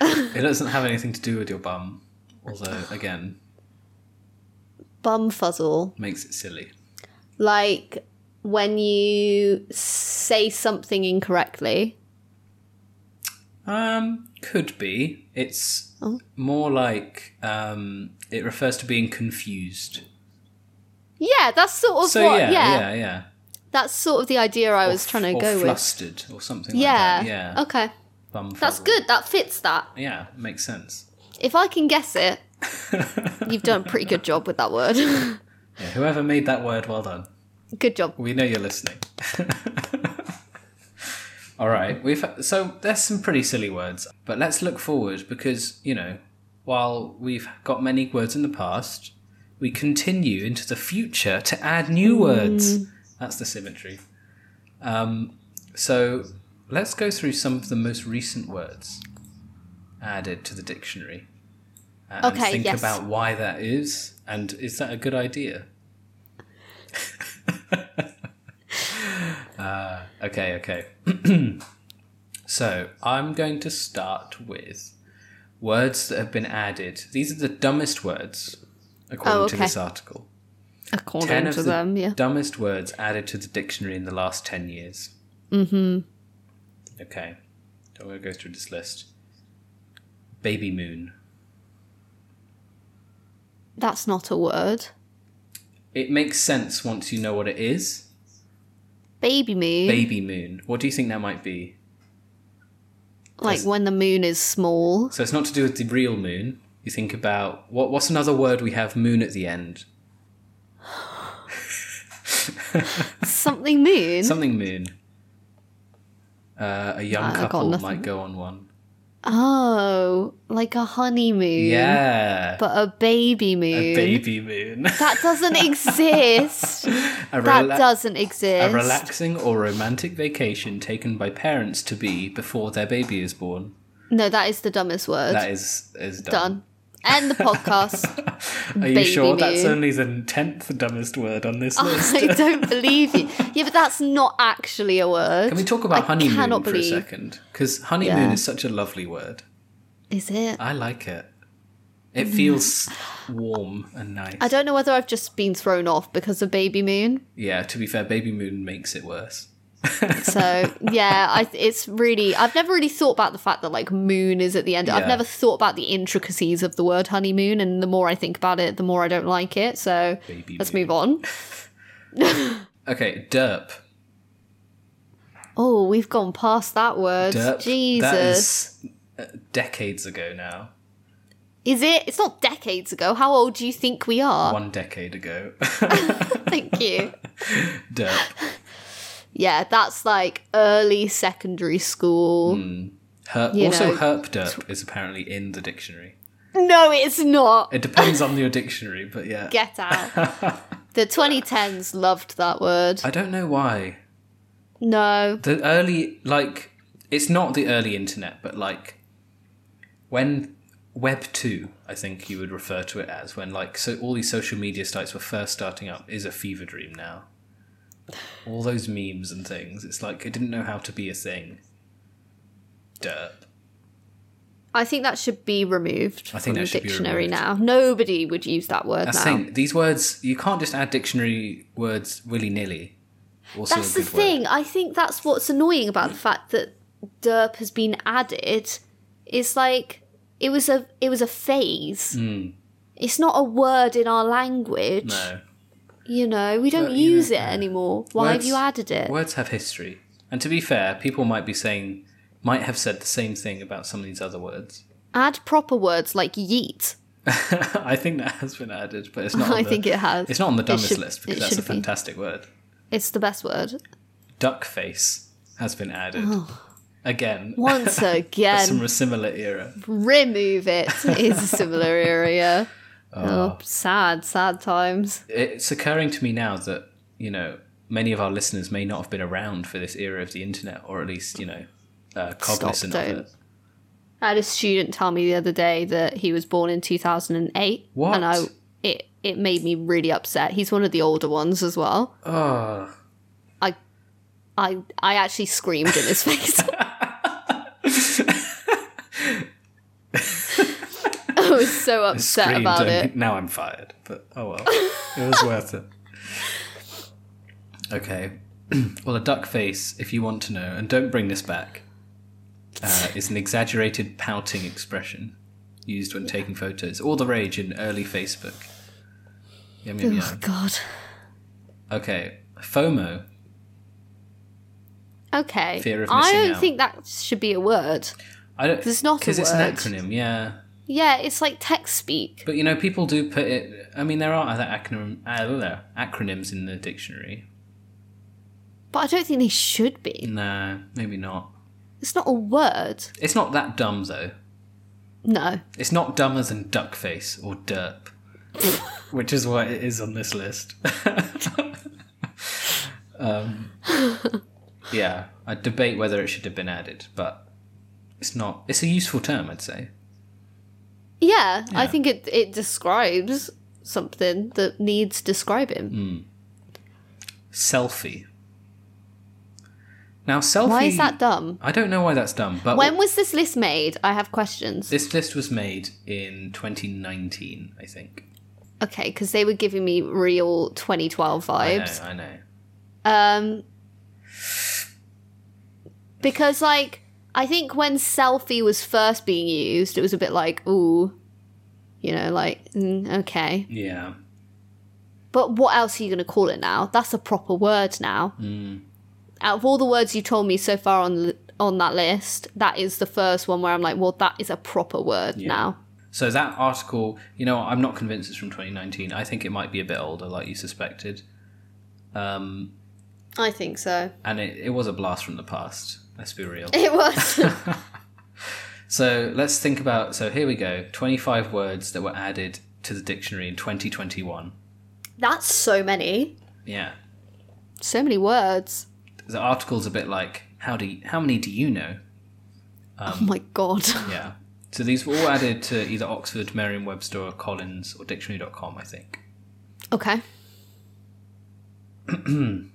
Speaker 2: It doesn't have anything to do with your bum, although again
Speaker 3: bumfuzzle,
Speaker 2: makes it silly.
Speaker 3: like when you say something incorrectly.
Speaker 2: Um, could be. It's
Speaker 3: Oh.
Speaker 2: more like um, it refers to being confused.
Speaker 3: Yeah, that's sort of
Speaker 2: So
Speaker 3: what.
Speaker 2: yeah,
Speaker 3: yeah.
Speaker 2: yeah, yeah.
Speaker 3: That's sort of the idea I was trying to
Speaker 2: or
Speaker 3: go with.
Speaker 2: flustered or something
Speaker 3: Yeah.
Speaker 2: like that. Yeah.
Speaker 3: Okay.
Speaker 2: Bum
Speaker 3: That's
Speaker 2: fuzzle.
Speaker 3: good. That fits that.
Speaker 2: Yeah, makes sense.
Speaker 3: If I can guess it, you've done a pretty good job with that word.
Speaker 2: Yeah, whoever made that word, well done.
Speaker 3: good job.
Speaker 2: We know you're listening. All right, we've so there's some pretty silly words, but let's look forward because you know, while we've got many words in the past, we continue into the future to add new
Speaker 3: Mm.
Speaker 2: words. That's the symmetry. Um, so let's go through some of the most recent words added to the dictionary and
Speaker 3: Okay,
Speaker 2: think
Speaker 3: yes.
Speaker 2: about why that is and is that a good idea? Uh, Okay, okay. so I'm going to start with words that have been added. These are the dumbest words, according
Speaker 3: Oh,
Speaker 2: to
Speaker 3: okay.
Speaker 2: this article. Ten
Speaker 3: According
Speaker 2: of
Speaker 3: to
Speaker 2: the
Speaker 3: them, yeah.
Speaker 2: dumbest words added to the dictionary in the last ten years. Mm-hmm. Okay, so I'm going to go through this list. Baby moon.
Speaker 3: That's not a word.
Speaker 2: It makes sense once you know what it is.
Speaker 3: Baby moon,
Speaker 2: Baby moon. What do you think that might be?
Speaker 3: like when the moon is small.
Speaker 2: So it's not to do with the real moon. You think about what? What's another word we have moon at the end?
Speaker 3: Something moon.
Speaker 2: Something moon. Uh, a young
Speaker 3: I got
Speaker 2: couple
Speaker 3: nothing.
Speaker 2: might go on one.
Speaker 3: oh, like a honeymoon.
Speaker 2: Yeah,
Speaker 3: But a baby moon.
Speaker 2: a baby moon.
Speaker 3: That doesn't exist.
Speaker 2: a,
Speaker 3: that
Speaker 2: rela-
Speaker 3: doesn't
Speaker 2: a
Speaker 3: exist.
Speaker 2: relaxing or romantic vacation taken by parents to be before their baby is born.
Speaker 3: no, that is the dumbest word.
Speaker 2: That is is done.
Speaker 3: Done. End the podcast.
Speaker 2: Are you
Speaker 3: Baby
Speaker 2: sure that's
Speaker 3: moon.
Speaker 2: only the tenth dumbest word on this list?
Speaker 3: I don't believe you. Yeah, but that's not actually a word.
Speaker 2: Can we talk about
Speaker 3: I
Speaker 2: honeymoon
Speaker 3: cannot
Speaker 2: for a
Speaker 3: believe-
Speaker 2: second? Because honeymoon
Speaker 3: Yeah.
Speaker 2: is such a lovely word.
Speaker 3: Is it?
Speaker 2: I like it. It feels warm and nice.
Speaker 3: Mm. I don't know whether I've just been thrown off because of Baby Moon.
Speaker 2: Yeah, to be fair, Baby Moon makes it worse.
Speaker 3: So yeah, I, it's really I've never really thought about the fact that like moon is at the end.
Speaker 2: Yeah.
Speaker 3: I've never thought about the intricacies of the word honeymoon, and the more I think about it, the more I don't like it. So
Speaker 2: Baby
Speaker 3: let's
Speaker 2: moon.
Speaker 3: move on.
Speaker 2: Okay, derp.
Speaker 3: Oh, we've gone past that word.
Speaker 2: Derp.
Speaker 3: Jesus,
Speaker 2: That
Speaker 3: is...
Speaker 2: is uh, decades ago now.
Speaker 3: it? It's not decades ago. How old do you think we are?
Speaker 2: One decade ago.
Speaker 3: Thank you.
Speaker 2: derp.
Speaker 3: Yeah, that's like early secondary school.
Speaker 2: Hmm. Herp.
Speaker 3: You
Speaker 2: also,
Speaker 3: know,
Speaker 2: herp derp is apparently in the dictionary.
Speaker 3: No, it's not.
Speaker 2: It depends on your dictionary, but yeah.
Speaker 3: Get out. The 2010s loved that word.
Speaker 2: I don't know why.
Speaker 3: No.
Speaker 2: The early, like, it's not the early internet, but like, when Web 2, I think you would refer to it as, when like, so all these social media sites were first starting up, is a fever dream now. All those memes and things, it's like, it didn't know how to be a thing. Derp.
Speaker 3: I think that should be removed
Speaker 2: I think
Speaker 3: from
Speaker 2: that
Speaker 3: the
Speaker 2: should be
Speaker 3: dictionary
Speaker 2: removed.
Speaker 3: now. Nobody would use that word
Speaker 2: That's
Speaker 3: now.
Speaker 2: the thing, these words, you can't just add dictionary words willy nilly. Also,
Speaker 3: That's
Speaker 2: a
Speaker 3: the
Speaker 2: good word.
Speaker 3: thing. I think that's what's annoying about the fact that derp has been added. It's like it was a it was a phase. It's not a word in our language.
Speaker 2: Hmm. No.
Speaker 3: You know, we don't
Speaker 2: But, you
Speaker 3: use
Speaker 2: know,
Speaker 3: it anymore. Why have
Speaker 2: Words-
Speaker 3: you added it?
Speaker 2: Words have history. And to be fair, people might be saying, might have said the same thing about some of these other words.
Speaker 3: Add proper words like yeet.
Speaker 2: I think that has been added, but it's not. on
Speaker 3: I
Speaker 2: the-
Speaker 3: think it has.
Speaker 2: It's not on the
Speaker 3: It
Speaker 2: dumbest
Speaker 3: should-
Speaker 2: list because
Speaker 3: it
Speaker 2: that's a
Speaker 3: should be.
Speaker 2: fantastic word.
Speaker 3: It's the best word.
Speaker 2: Duck face has been added again.
Speaker 3: Once Oh. again,
Speaker 2: Some similar era.
Speaker 3: remove it. It's a similar area. oh, sad, sad times.
Speaker 2: It's occurring to me now that you know many of our listeners may not have been around for this era of the internet, or at least you know uh, cognizant of
Speaker 3: don't.
Speaker 2: it.
Speaker 3: I had a student tell me the other day that he was born in 2008.
Speaker 2: What?
Speaker 3: And I it it made me really upset. He's one of the older ones as well.
Speaker 2: Oh,
Speaker 3: I I I actually screamed in his face. I was so upset
Speaker 2: screamed,
Speaker 3: about
Speaker 2: and
Speaker 3: it.
Speaker 2: Now I'm fired, but oh well, it was worth it. Okay, well, a duck face, if you want to know, and don't bring this back, uh, is an exaggerated pouting expression used when taking photos, all the rage in early Facebook. Yum yum
Speaker 3: Oh
Speaker 2: yum.
Speaker 3: god.
Speaker 2: Okay, FOMO.
Speaker 3: Okay.
Speaker 2: Fear of
Speaker 3: I
Speaker 2: missing
Speaker 3: don't
Speaker 2: out.
Speaker 3: think that should be a word.
Speaker 2: I don't.
Speaker 3: It's not a
Speaker 2: because it's an
Speaker 3: word.
Speaker 2: acronym. Yeah.
Speaker 3: Yeah, it's like text speak.
Speaker 2: But you know, people do put it. I mean, there are other acronym, uh, there are acronyms in the dictionary.
Speaker 3: But I don't think they should be.
Speaker 2: Nah, maybe not.
Speaker 3: It's not a word.
Speaker 2: It's not that dumb though.
Speaker 3: No.
Speaker 2: It's not dumber than duckface or derp, which is what it is on this list. um, yeah, I debate whether it should have been added, but it's not. It's a useful term, I'd say.
Speaker 3: Yeah, I
Speaker 2: Yeah.
Speaker 3: think it it describes something that needs describing.
Speaker 2: Mm. Selfie. Now, selfie.
Speaker 3: Why is that dumb?
Speaker 2: I don't know why that's dumb, but
Speaker 3: When was this list made? I have questions.
Speaker 2: this list was made in 2019, I think.
Speaker 3: Okay, because they were giving me real 2012
Speaker 2: I know,
Speaker 3: vibes.
Speaker 2: I know.
Speaker 3: Um, because like I think when selfie was first being used, it was a bit like ooh, you know, like mm, okay.
Speaker 2: Yeah.
Speaker 3: But what else are you going to call it now? That's a proper word now.
Speaker 2: Mm.
Speaker 3: Out of all the words you told me so far on the- on that list, that is the first one where I'm like, well, that is a proper word now.
Speaker 2: So that article, you know, I'm not convinced it's from 2019. I think it might be a bit older, like you suspected. Um,
Speaker 3: I think so.
Speaker 2: and it, it was a blast from the past. Let's be real.
Speaker 3: It was.
Speaker 2: So let's think about. So here we go. 25 words that were added to the dictionary in 2021.
Speaker 3: That's so many.
Speaker 2: Yeah.
Speaker 3: So many words.
Speaker 2: The article's a bit like how do you, how many do you know?
Speaker 3: oh my god.
Speaker 2: Yeah. So these were all added to either Oxford, Merriam-Webster, or Collins, or Dictionary.com, I think.
Speaker 3: Okay.
Speaker 2: Um,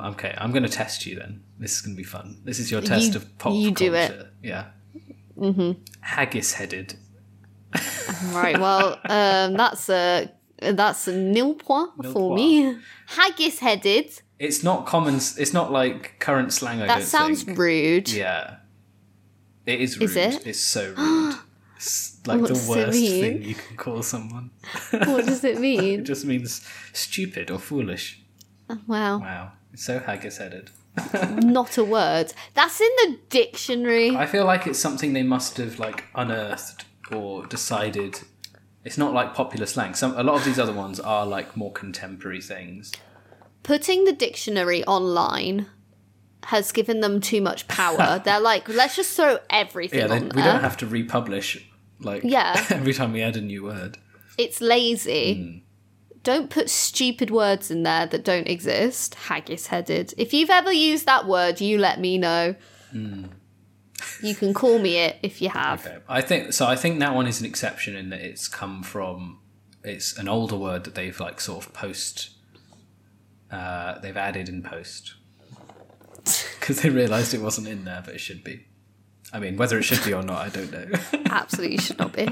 Speaker 2: okay, I'm going to test you then. This is going to be fun. This is your test
Speaker 3: You-
Speaker 2: of pop
Speaker 3: you
Speaker 2: culture.
Speaker 3: do it.
Speaker 2: Yeah. Mm-hmm. Haggis-headed.
Speaker 3: Right. Well, um, that's a that's a nil point
Speaker 2: Nil
Speaker 3: for
Speaker 2: point.
Speaker 3: me. Haggis headed.
Speaker 2: It's not common. s- It's not like current slang. I
Speaker 3: That
Speaker 2: don't
Speaker 3: sounds
Speaker 2: think.
Speaker 3: rude.
Speaker 2: Yeah. It is rude.
Speaker 3: Is it?
Speaker 2: It's so rude. it's like
Speaker 3: What
Speaker 2: the
Speaker 3: does it
Speaker 2: worst
Speaker 3: mean?
Speaker 2: thing you can call someone.
Speaker 3: What does it
Speaker 2: It
Speaker 3: mean?
Speaker 2: just means stupid or foolish.
Speaker 3: Wow.
Speaker 2: Wow. It's so haggis-headed.
Speaker 3: Not a word. That's in the dictionary.
Speaker 2: I feel like it's something they must have like unearthed or decided. It's not like popular slang. Some a lot of these other ones are like more contemporary things.
Speaker 3: putting the dictionary online has given them too much power. They're like, let's just throw everything
Speaker 2: Yeah, they,
Speaker 3: on
Speaker 2: we
Speaker 3: there.
Speaker 2: don't have to republish like
Speaker 3: Yeah.
Speaker 2: every time we add a new word.
Speaker 3: it's lazy. Don't put stupid words in there that don't exist. Haggis headed. If you've ever used that word, you let me know.
Speaker 2: Hmm.
Speaker 3: you can call me it if you have.
Speaker 2: Okay. I think so. I think that one is an exception in that it's come from it's an older word that they've like sort of post uh, they've added in post because they realised it wasn't in there, but it should be. I mean, whether it should be or not, I don't know.
Speaker 3: Absolutely should not be.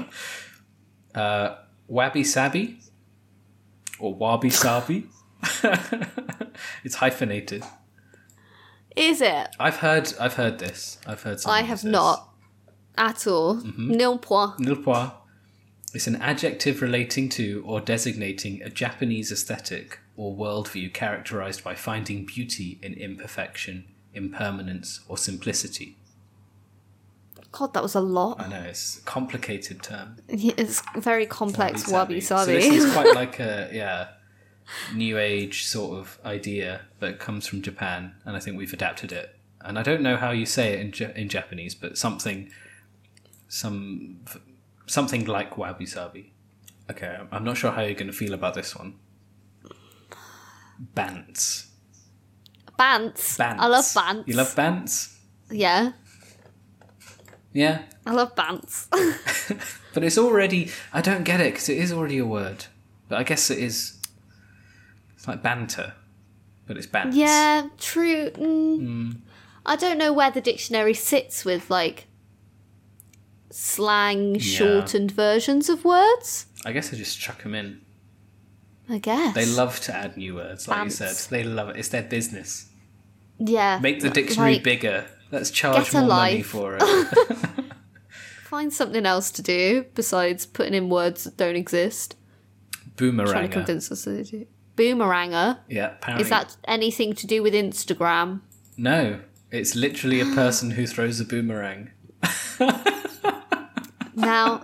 Speaker 2: Wabi Sabi or Wabi Sabi. it's hyphenated.
Speaker 3: Is it?
Speaker 2: I've heard. I've heard this. I've heard.
Speaker 3: I
Speaker 2: someone use
Speaker 3: have
Speaker 2: this. Mm-hmm.
Speaker 3: not at all. Nil point.
Speaker 2: Nilpois is an adjective relating to or designating a Japanese aesthetic or worldview characterized by finding beauty in imperfection, impermanence, or simplicity.
Speaker 3: God, that was a lot.
Speaker 2: I know it's a complicated term.
Speaker 3: It's very complex wabi
Speaker 2: So
Speaker 3: sabi.
Speaker 2: this is quite like a yeah, new age sort of idea, but it comes from Japan, and I think we've adapted it. And I don't know how you say it in ja- in Japanese, but something, some something like wabi sabi. Okay, I'm- I'm not sure how you're going to feel about this one. Bants.
Speaker 3: Bants.
Speaker 2: Bants.
Speaker 3: I love bants.
Speaker 2: You love bants?
Speaker 3: Yeah.
Speaker 2: Yeah.
Speaker 3: I love bants.
Speaker 2: But it's already. I don't get it because it is already a word. But I guess it is. It's like banter, but it's bants.
Speaker 3: yeah, true. Mm. I don't know where the dictionary sits with like slang shortened versions of words.
Speaker 2: I guess I just chuck them in.
Speaker 3: I guess.
Speaker 2: They love to add new words, like you
Speaker 3: Bants.
Speaker 2: said. They love it. It's their business.
Speaker 3: Yeah.
Speaker 2: Make the dictionary
Speaker 3: like,
Speaker 2: bigger. Let's charge
Speaker 3: get a
Speaker 2: more money
Speaker 3: life.
Speaker 2: for it.
Speaker 3: Find something else to do besides putting in words that don't exist. Trying to
Speaker 2: Boomerang.
Speaker 3: convince us to do. Boomeranger.
Speaker 2: Yeah, apparently.
Speaker 3: Is that anything to do with Instagram?
Speaker 2: No, it's literally a person who throws a boomerang.
Speaker 3: Now,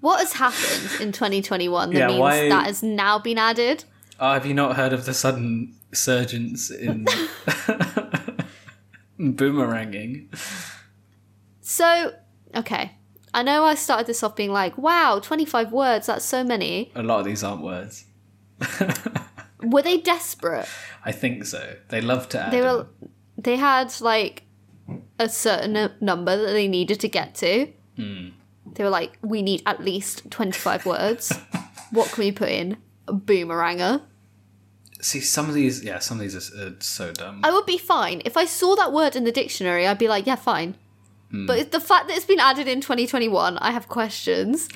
Speaker 3: what has happened in 2021 that
Speaker 2: Yeah,
Speaker 3: means
Speaker 2: why-
Speaker 3: that has now been added?
Speaker 2: Oh, have you not heard of the sudden surgence in boomeranging?
Speaker 3: So, okay. I know I started this off being like, wow, 25 words, that's so many.
Speaker 2: A lot of these aren't words.
Speaker 3: Were they desperate?
Speaker 2: I think so. They love to add.
Speaker 3: They
Speaker 2: them.
Speaker 3: were they had like a certain nu- number that they needed to get to. They were like, we need at least 25 words. what can we put in? A boomeranger.
Speaker 2: See, some of these, yeah, some of these are, are so dumb.
Speaker 3: I would be fine. If I saw that word in the dictionary, I'd be like, yeah, fine. But it- the fact that it's been added in 2021, I have questions.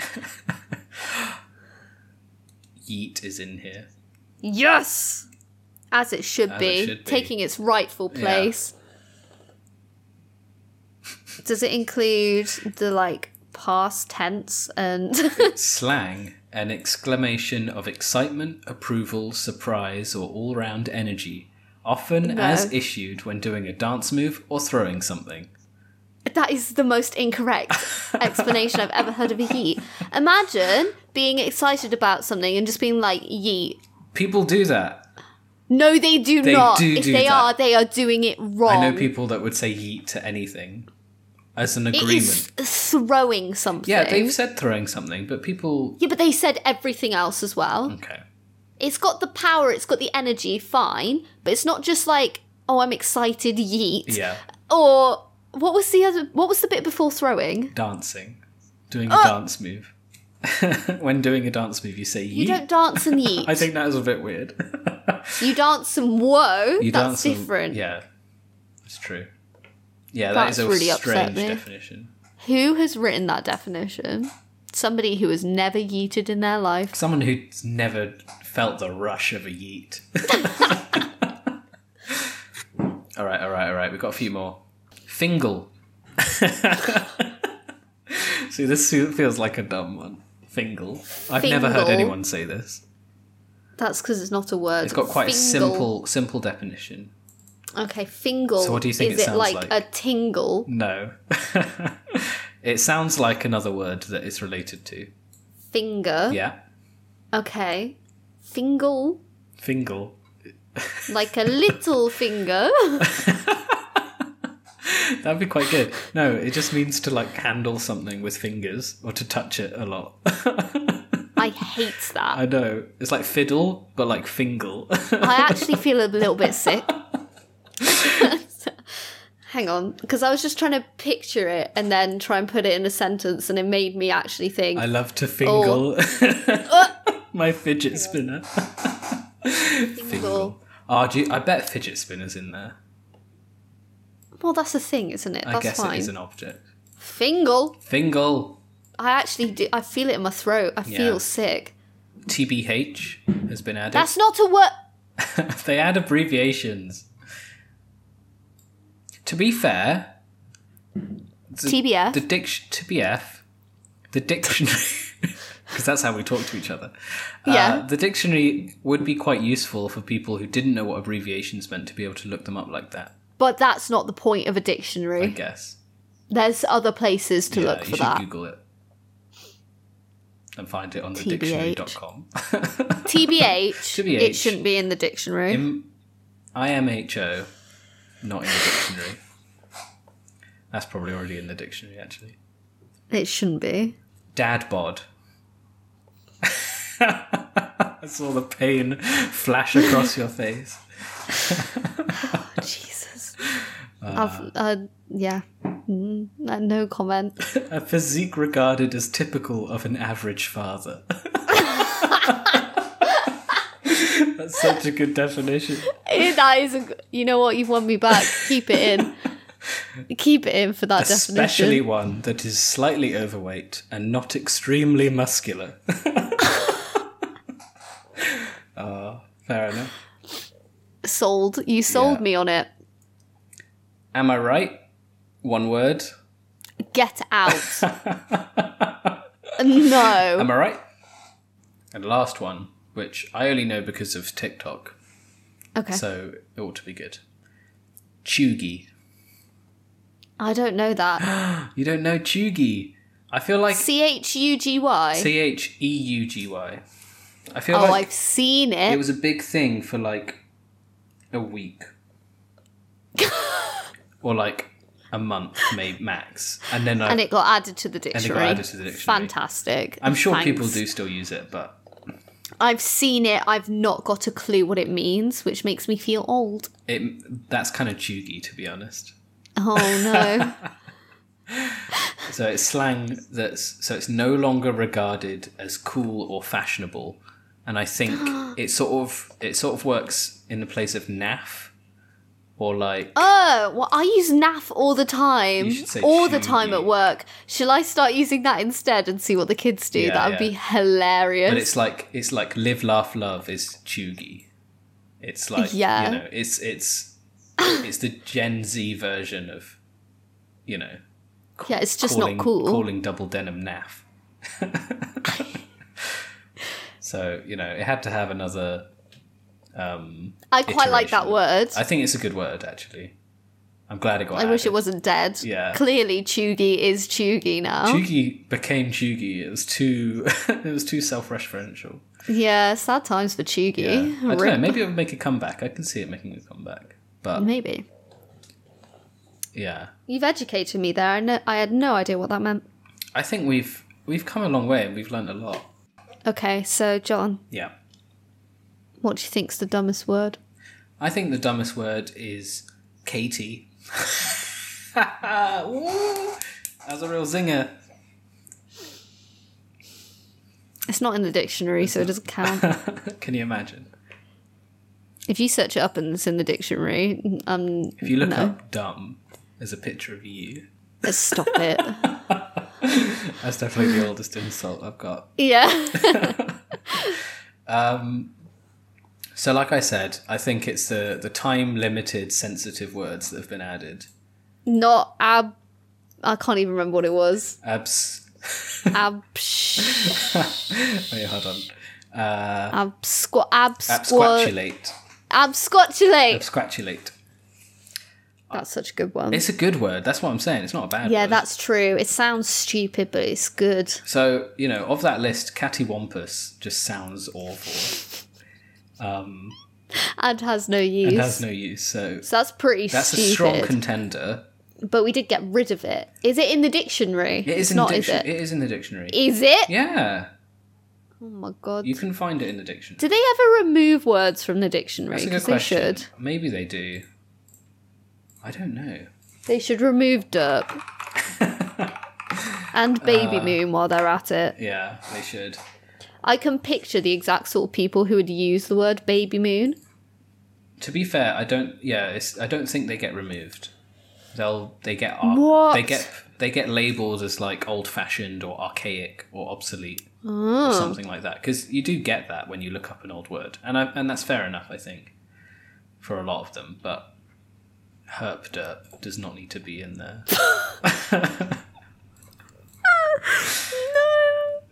Speaker 2: Yeet is in here.
Speaker 3: Yes! As it should,
Speaker 2: As
Speaker 3: be,
Speaker 2: it should be.
Speaker 3: taking its rightful place. Does it include the like past tense and
Speaker 2: Slang, an exclamation of excitement, approval, surprise, or all round energy, often
Speaker 3: No.
Speaker 2: as issued when doing a dance move or throwing something.
Speaker 3: that is the most incorrect explanation I've ever heard of a yeet. Imagine being excited about something and just being like yeet.
Speaker 2: People do that.
Speaker 3: No, they do
Speaker 2: They
Speaker 3: not.
Speaker 2: do
Speaker 3: if
Speaker 2: do
Speaker 3: they
Speaker 2: that.
Speaker 3: are, they are doing it wrong.
Speaker 2: I know people that would say yeet to anything as an
Speaker 3: Um, It
Speaker 2: agreement.
Speaker 3: is throwing something.
Speaker 2: yeah, they've said throwing something, but people.
Speaker 3: Yeah, but they said everything else as well.
Speaker 2: Okay.
Speaker 3: It's got the power, it's got the energy, fine, but it's not just like, oh, I'm excited, yeet.
Speaker 2: Yeah.
Speaker 3: Or what was the other? What was the bit before throwing?
Speaker 2: Dancing. Doing
Speaker 3: Uh,
Speaker 2: a dance move. when doing a dance move, you say yeet.
Speaker 3: You don't dance and yeet.
Speaker 2: I think that is a bit weird.
Speaker 3: you dance and whoa.
Speaker 2: You
Speaker 3: that's
Speaker 2: dance on-
Speaker 3: different.
Speaker 2: yeah, it's true. Yeah,
Speaker 3: That's
Speaker 2: that's a
Speaker 3: really upset
Speaker 2: strange
Speaker 3: me.
Speaker 2: definition.
Speaker 3: Who has written that definition? Somebody who has never yeeted in their life.
Speaker 2: Someone who's never felt the rush of a yeet. all right, all right, all right. We've got a few more. Fingal. See, this feels like a dumb one. Fingal. I've never heard
Speaker 3: Fingal.
Speaker 2: anyone say this.
Speaker 3: That's because it's not a word.
Speaker 2: It's got quite a
Speaker 3: Fingal.
Speaker 2: simple, simple definition.
Speaker 3: Okay, fingal.
Speaker 2: So what do you think
Speaker 3: Is
Speaker 2: it
Speaker 3: it,
Speaker 2: sounds
Speaker 3: like,
Speaker 2: like?
Speaker 3: a tingle?
Speaker 2: No. it sounds like another word that it's related to.
Speaker 3: Finger.
Speaker 2: Yeah.
Speaker 3: Okay. Fingal.
Speaker 2: Fingal.
Speaker 3: Like a little finger.
Speaker 2: That'd be quite good. No, it just means to like handle something with fingers or to touch it a lot.
Speaker 3: I hate that.
Speaker 2: I know. It's like fiddle, but like fingal.
Speaker 3: I actually feel a little bit sick. Hang on, because I was just trying to picture it and then try and put it in a sentence, and it made me actually think.
Speaker 2: I love to fingal.
Speaker 3: Oh.
Speaker 2: My fidget spinner.
Speaker 3: Uh. Fingal.
Speaker 2: Oh, do you- I bet fidget spinner's in there.
Speaker 3: Well, that's a thing, isn't it?
Speaker 2: I
Speaker 3: That's
Speaker 2: guess
Speaker 3: fine.
Speaker 2: it is an object.
Speaker 3: Fingal.
Speaker 2: Fingal.
Speaker 3: I actually do. I feel it in my throat. I
Speaker 2: Yeah.
Speaker 3: feel sick.
Speaker 2: TBH has been added.
Speaker 3: That's not a word.
Speaker 2: they add abbreviations. To be fair, the,
Speaker 3: TBF.
Speaker 2: the diction TBF, the dictionary, because that's how we talk to each other. Uh,
Speaker 3: Yeah.
Speaker 2: the dictionary would be quite useful for people who didn't know what abbreviations meant to be able to look them up like that.
Speaker 3: But that's not the point of a
Speaker 2: I
Speaker 3: dictionary.
Speaker 2: guess.
Speaker 3: There's other places to
Speaker 2: Yeah,
Speaker 3: look
Speaker 2: you
Speaker 3: for
Speaker 2: should
Speaker 3: that.
Speaker 2: Google it and find it on the
Speaker 3: TBH.
Speaker 2: dictionary.com.
Speaker 3: TBH,
Speaker 2: TBH.
Speaker 3: It shouldn't be in the dictionary.
Speaker 2: M- IMHO, not in the dictionary. That's probably already in the dictionary, actually.
Speaker 3: it shouldn't be.
Speaker 2: Dad bod. I saw the pain flash across your face.
Speaker 3: Jesus. I've, uh, yeah. Mm, uh, no comment.
Speaker 2: A physique regarded as typical of an average father. That's such a good definition.
Speaker 3: Eh, that is a g- you know what? You've won me back. Keep it in. Keep it in for that
Speaker 2: Especially
Speaker 3: definition.
Speaker 2: one that is slightly overweight and not extremely muscular. oh, Ah, fair enough.
Speaker 3: Sold. You sold
Speaker 2: Yeah.
Speaker 3: me on it.
Speaker 2: Am I right? One word.
Speaker 3: Get out. no.
Speaker 2: Am I right? And last one, which I only know because of TikTok,
Speaker 3: okay.
Speaker 2: so it ought to be good. Chugi.
Speaker 3: I don't know that.
Speaker 2: You don't know Chugi. I feel like
Speaker 3: C H U G Y.
Speaker 2: C H E U G Y. I feel
Speaker 3: Oh,
Speaker 2: like
Speaker 3: I've seen
Speaker 2: it
Speaker 3: it.
Speaker 2: was a big thing for like a week. or like a month, maybe max. And then I,
Speaker 3: and it got added to the
Speaker 2: got
Speaker 3: dictionary.
Speaker 2: added to the dictionary.
Speaker 3: Fantastic.
Speaker 2: I'm sure
Speaker 3: Thanks.
Speaker 2: people do still use it, but
Speaker 3: I've seen it. I've not got a clue what it means, which makes me feel old.
Speaker 2: it that's kind of Chugi, to be honest.
Speaker 3: Oh no.
Speaker 2: So it's slang that's so it's no longer regarded as cool or fashionable, and I think it sort of it sort of works in the place of naff, or like
Speaker 3: oh, well, I use naff all the time.
Speaker 2: You should say
Speaker 3: all the time
Speaker 2: chewy.
Speaker 3: at work. Shall I start using that instead and see what the kids do?
Speaker 2: Yeah,
Speaker 3: that would
Speaker 2: yeah.
Speaker 3: be hilarious.
Speaker 2: but it's like it's like live laugh love is chuggy. It's like
Speaker 3: Yeah.
Speaker 2: you know it's it's it's the Gen Z version of you know
Speaker 3: yeah, it's just
Speaker 2: calling,
Speaker 3: not cool.
Speaker 2: calling double denim naff. so you know it had to have another.
Speaker 3: I quite like that
Speaker 2: iteration.
Speaker 3: word.
Speaker 2: I think it's a good word, actually. I'm glad it got.
Speaker 3: I wish
Speaker 2: added.
Speaker 3: it wasn't dead.
Speaker 2: Yeah.
Speaker 3: Clearly, Chugi is Chugi now.
Speaker 2: Chugi became Chugi. It was too. it was too self-referential.
Speaker 3: yeah, sad times for Chugi.
Speaker 2: Yeah. I don't know.
Speaker 3: Rip.
Speaker 2: Maybe it'll make a comeback. I can see it making a comeback. But
Speaker 3: Maybe.
Speaker 2: yeah,
Speaker 3: You've educated me there. I, know, I had no idea what that meant.
Speaker 2: I think we've we've come a long way and we've learned a lot.
Speaker 3: Okay, so, John,
Speaker 2: Yeah.
Speaker 3: what do you think's the dumbest word?
Speaker 2: I think the dumbest word is Katie. Ooh, that was a real zinger.
Speaker 3: It's not in the dictionary, so it doesn't count.
Speaker 2: can you imagine?
Speaker 3: if you search it up and it's in the dictionary, um,
Speaker 2: If you look
Speaker 3: No.
Speaker 2: up dumb, there's a picture of you.
Speaker 3: stop it.
Speaker 2: That's definitely the oldest insult I've got.
Speaker 3: yeah.
Speaker 2: So, like I said, I think it's the, the time limited sensitive words that have been added.
Speaker 3: Not ab. I can't even remember what it was.
Speaker 2: Abs.
Speaker 3: Ab. Sh-
Speaker 2: Wait, hold on. Uh,
Speaker 3: ab. Squ- ab. Squat.
Speaker 2: Absquatulate.
Speaker 3: Absquatulate.
Speaker 2: Absquatulate.
Speaker 3: That's such a good one.
Speaker 2: It's a good word. That's what I'm saying. It's not a bad
Speaker 3: Yeah,
Speaker 2: word.
Speaker 3: that's true. It sounds stupid, but it's good.
Speaker 2: So, you know, of that list, cattywampus just sounds awful
Speaker 3: And has no use.
Speaker 2: and has no use. So,
Speaker 3: so that's pretty
Speaker 2: that's
Speaker 3: stupid.
Speaker 2: a strong contender.
Speaker 3: but we did get rid of it. Is it in the dictionary?
Speaker 2: It is
Speaker 3: it's
Speaker 2: in
Speaker 3: not,
Speaker 2: the diction-
Speaker 3: is it?
Speaker 2: it is in the dictionary.
Speaker 3: Is it?
Speaker 2: yeah.
Speaker 3: Oh my god.
Speaker 2: You can find it in the dictionary.
Speaker 3: Do they ever remove words from the dictionary?
Speaker 2: That's a good
Speaker 3: Because they
Speaker 2: question.
Speaker 3: should.
Speaker 2: Maybe they do. I don't know.
Speaker 3: They should remove derp. and baby
Speaker 2: Uh,
Speaker 3: moon while they're at it.
Speaker 2: Yeah, they should.
Speaker 3: I can picture the exact sort of people who would use the word baby moon.
Speaker 2: To be fair, I don't. Yeah, it's, I don't think they get removed. They'll they get ar-
Speaker 3: What?
Speaker 2: they get they get labeled as like old fashioned or archaic or obsolete or something like that. Because you do get that when you look up an old word, and I, and that's fair enough, I think, for a lot of them. But herp derp does not need to be in there. no.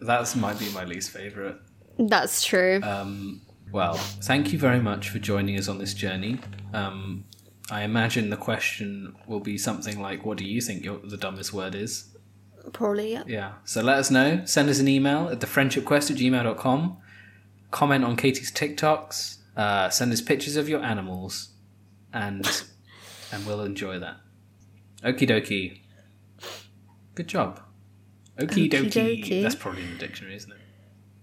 Speaker 2: That's might be my least favorite.
Speaker 3: That's true.
Speaker 2: Um, well, thank you very much for joining us on this journey. Um, I imagine the question will be something like, "What do you think your, the dumbest word is?"
Speaker 3: Probably. yeah.
Speaker 2: Yeah. So let us know. Send us an email at thefriendshipquest at gmail.com. Comment on Katie's TikToks. Uh, send us pictures of your animals, and and we'll enjoy that. Okie dokie. Good job. Okie dokie.
Speaker 3: Okey-dokey.
Speaker 2: That's probably in the dictionary, isn't it?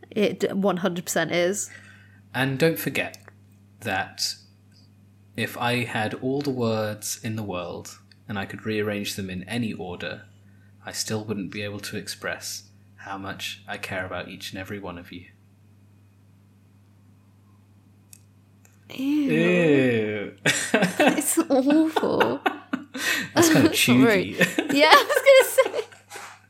Speaker 3: It 100% is.
Speaker 2: And don't forget that if I had all the words in the world and I could rearrange them in any order, I still wouldn't be able to express how much I care about each and every one of you. Ew.
Speaker 3: It's awful.
Speaker 2: That's kind of
Speaker 3: Sorry.
Speaker 2: cheeky.
Speaker 3: yeah, I was going to say.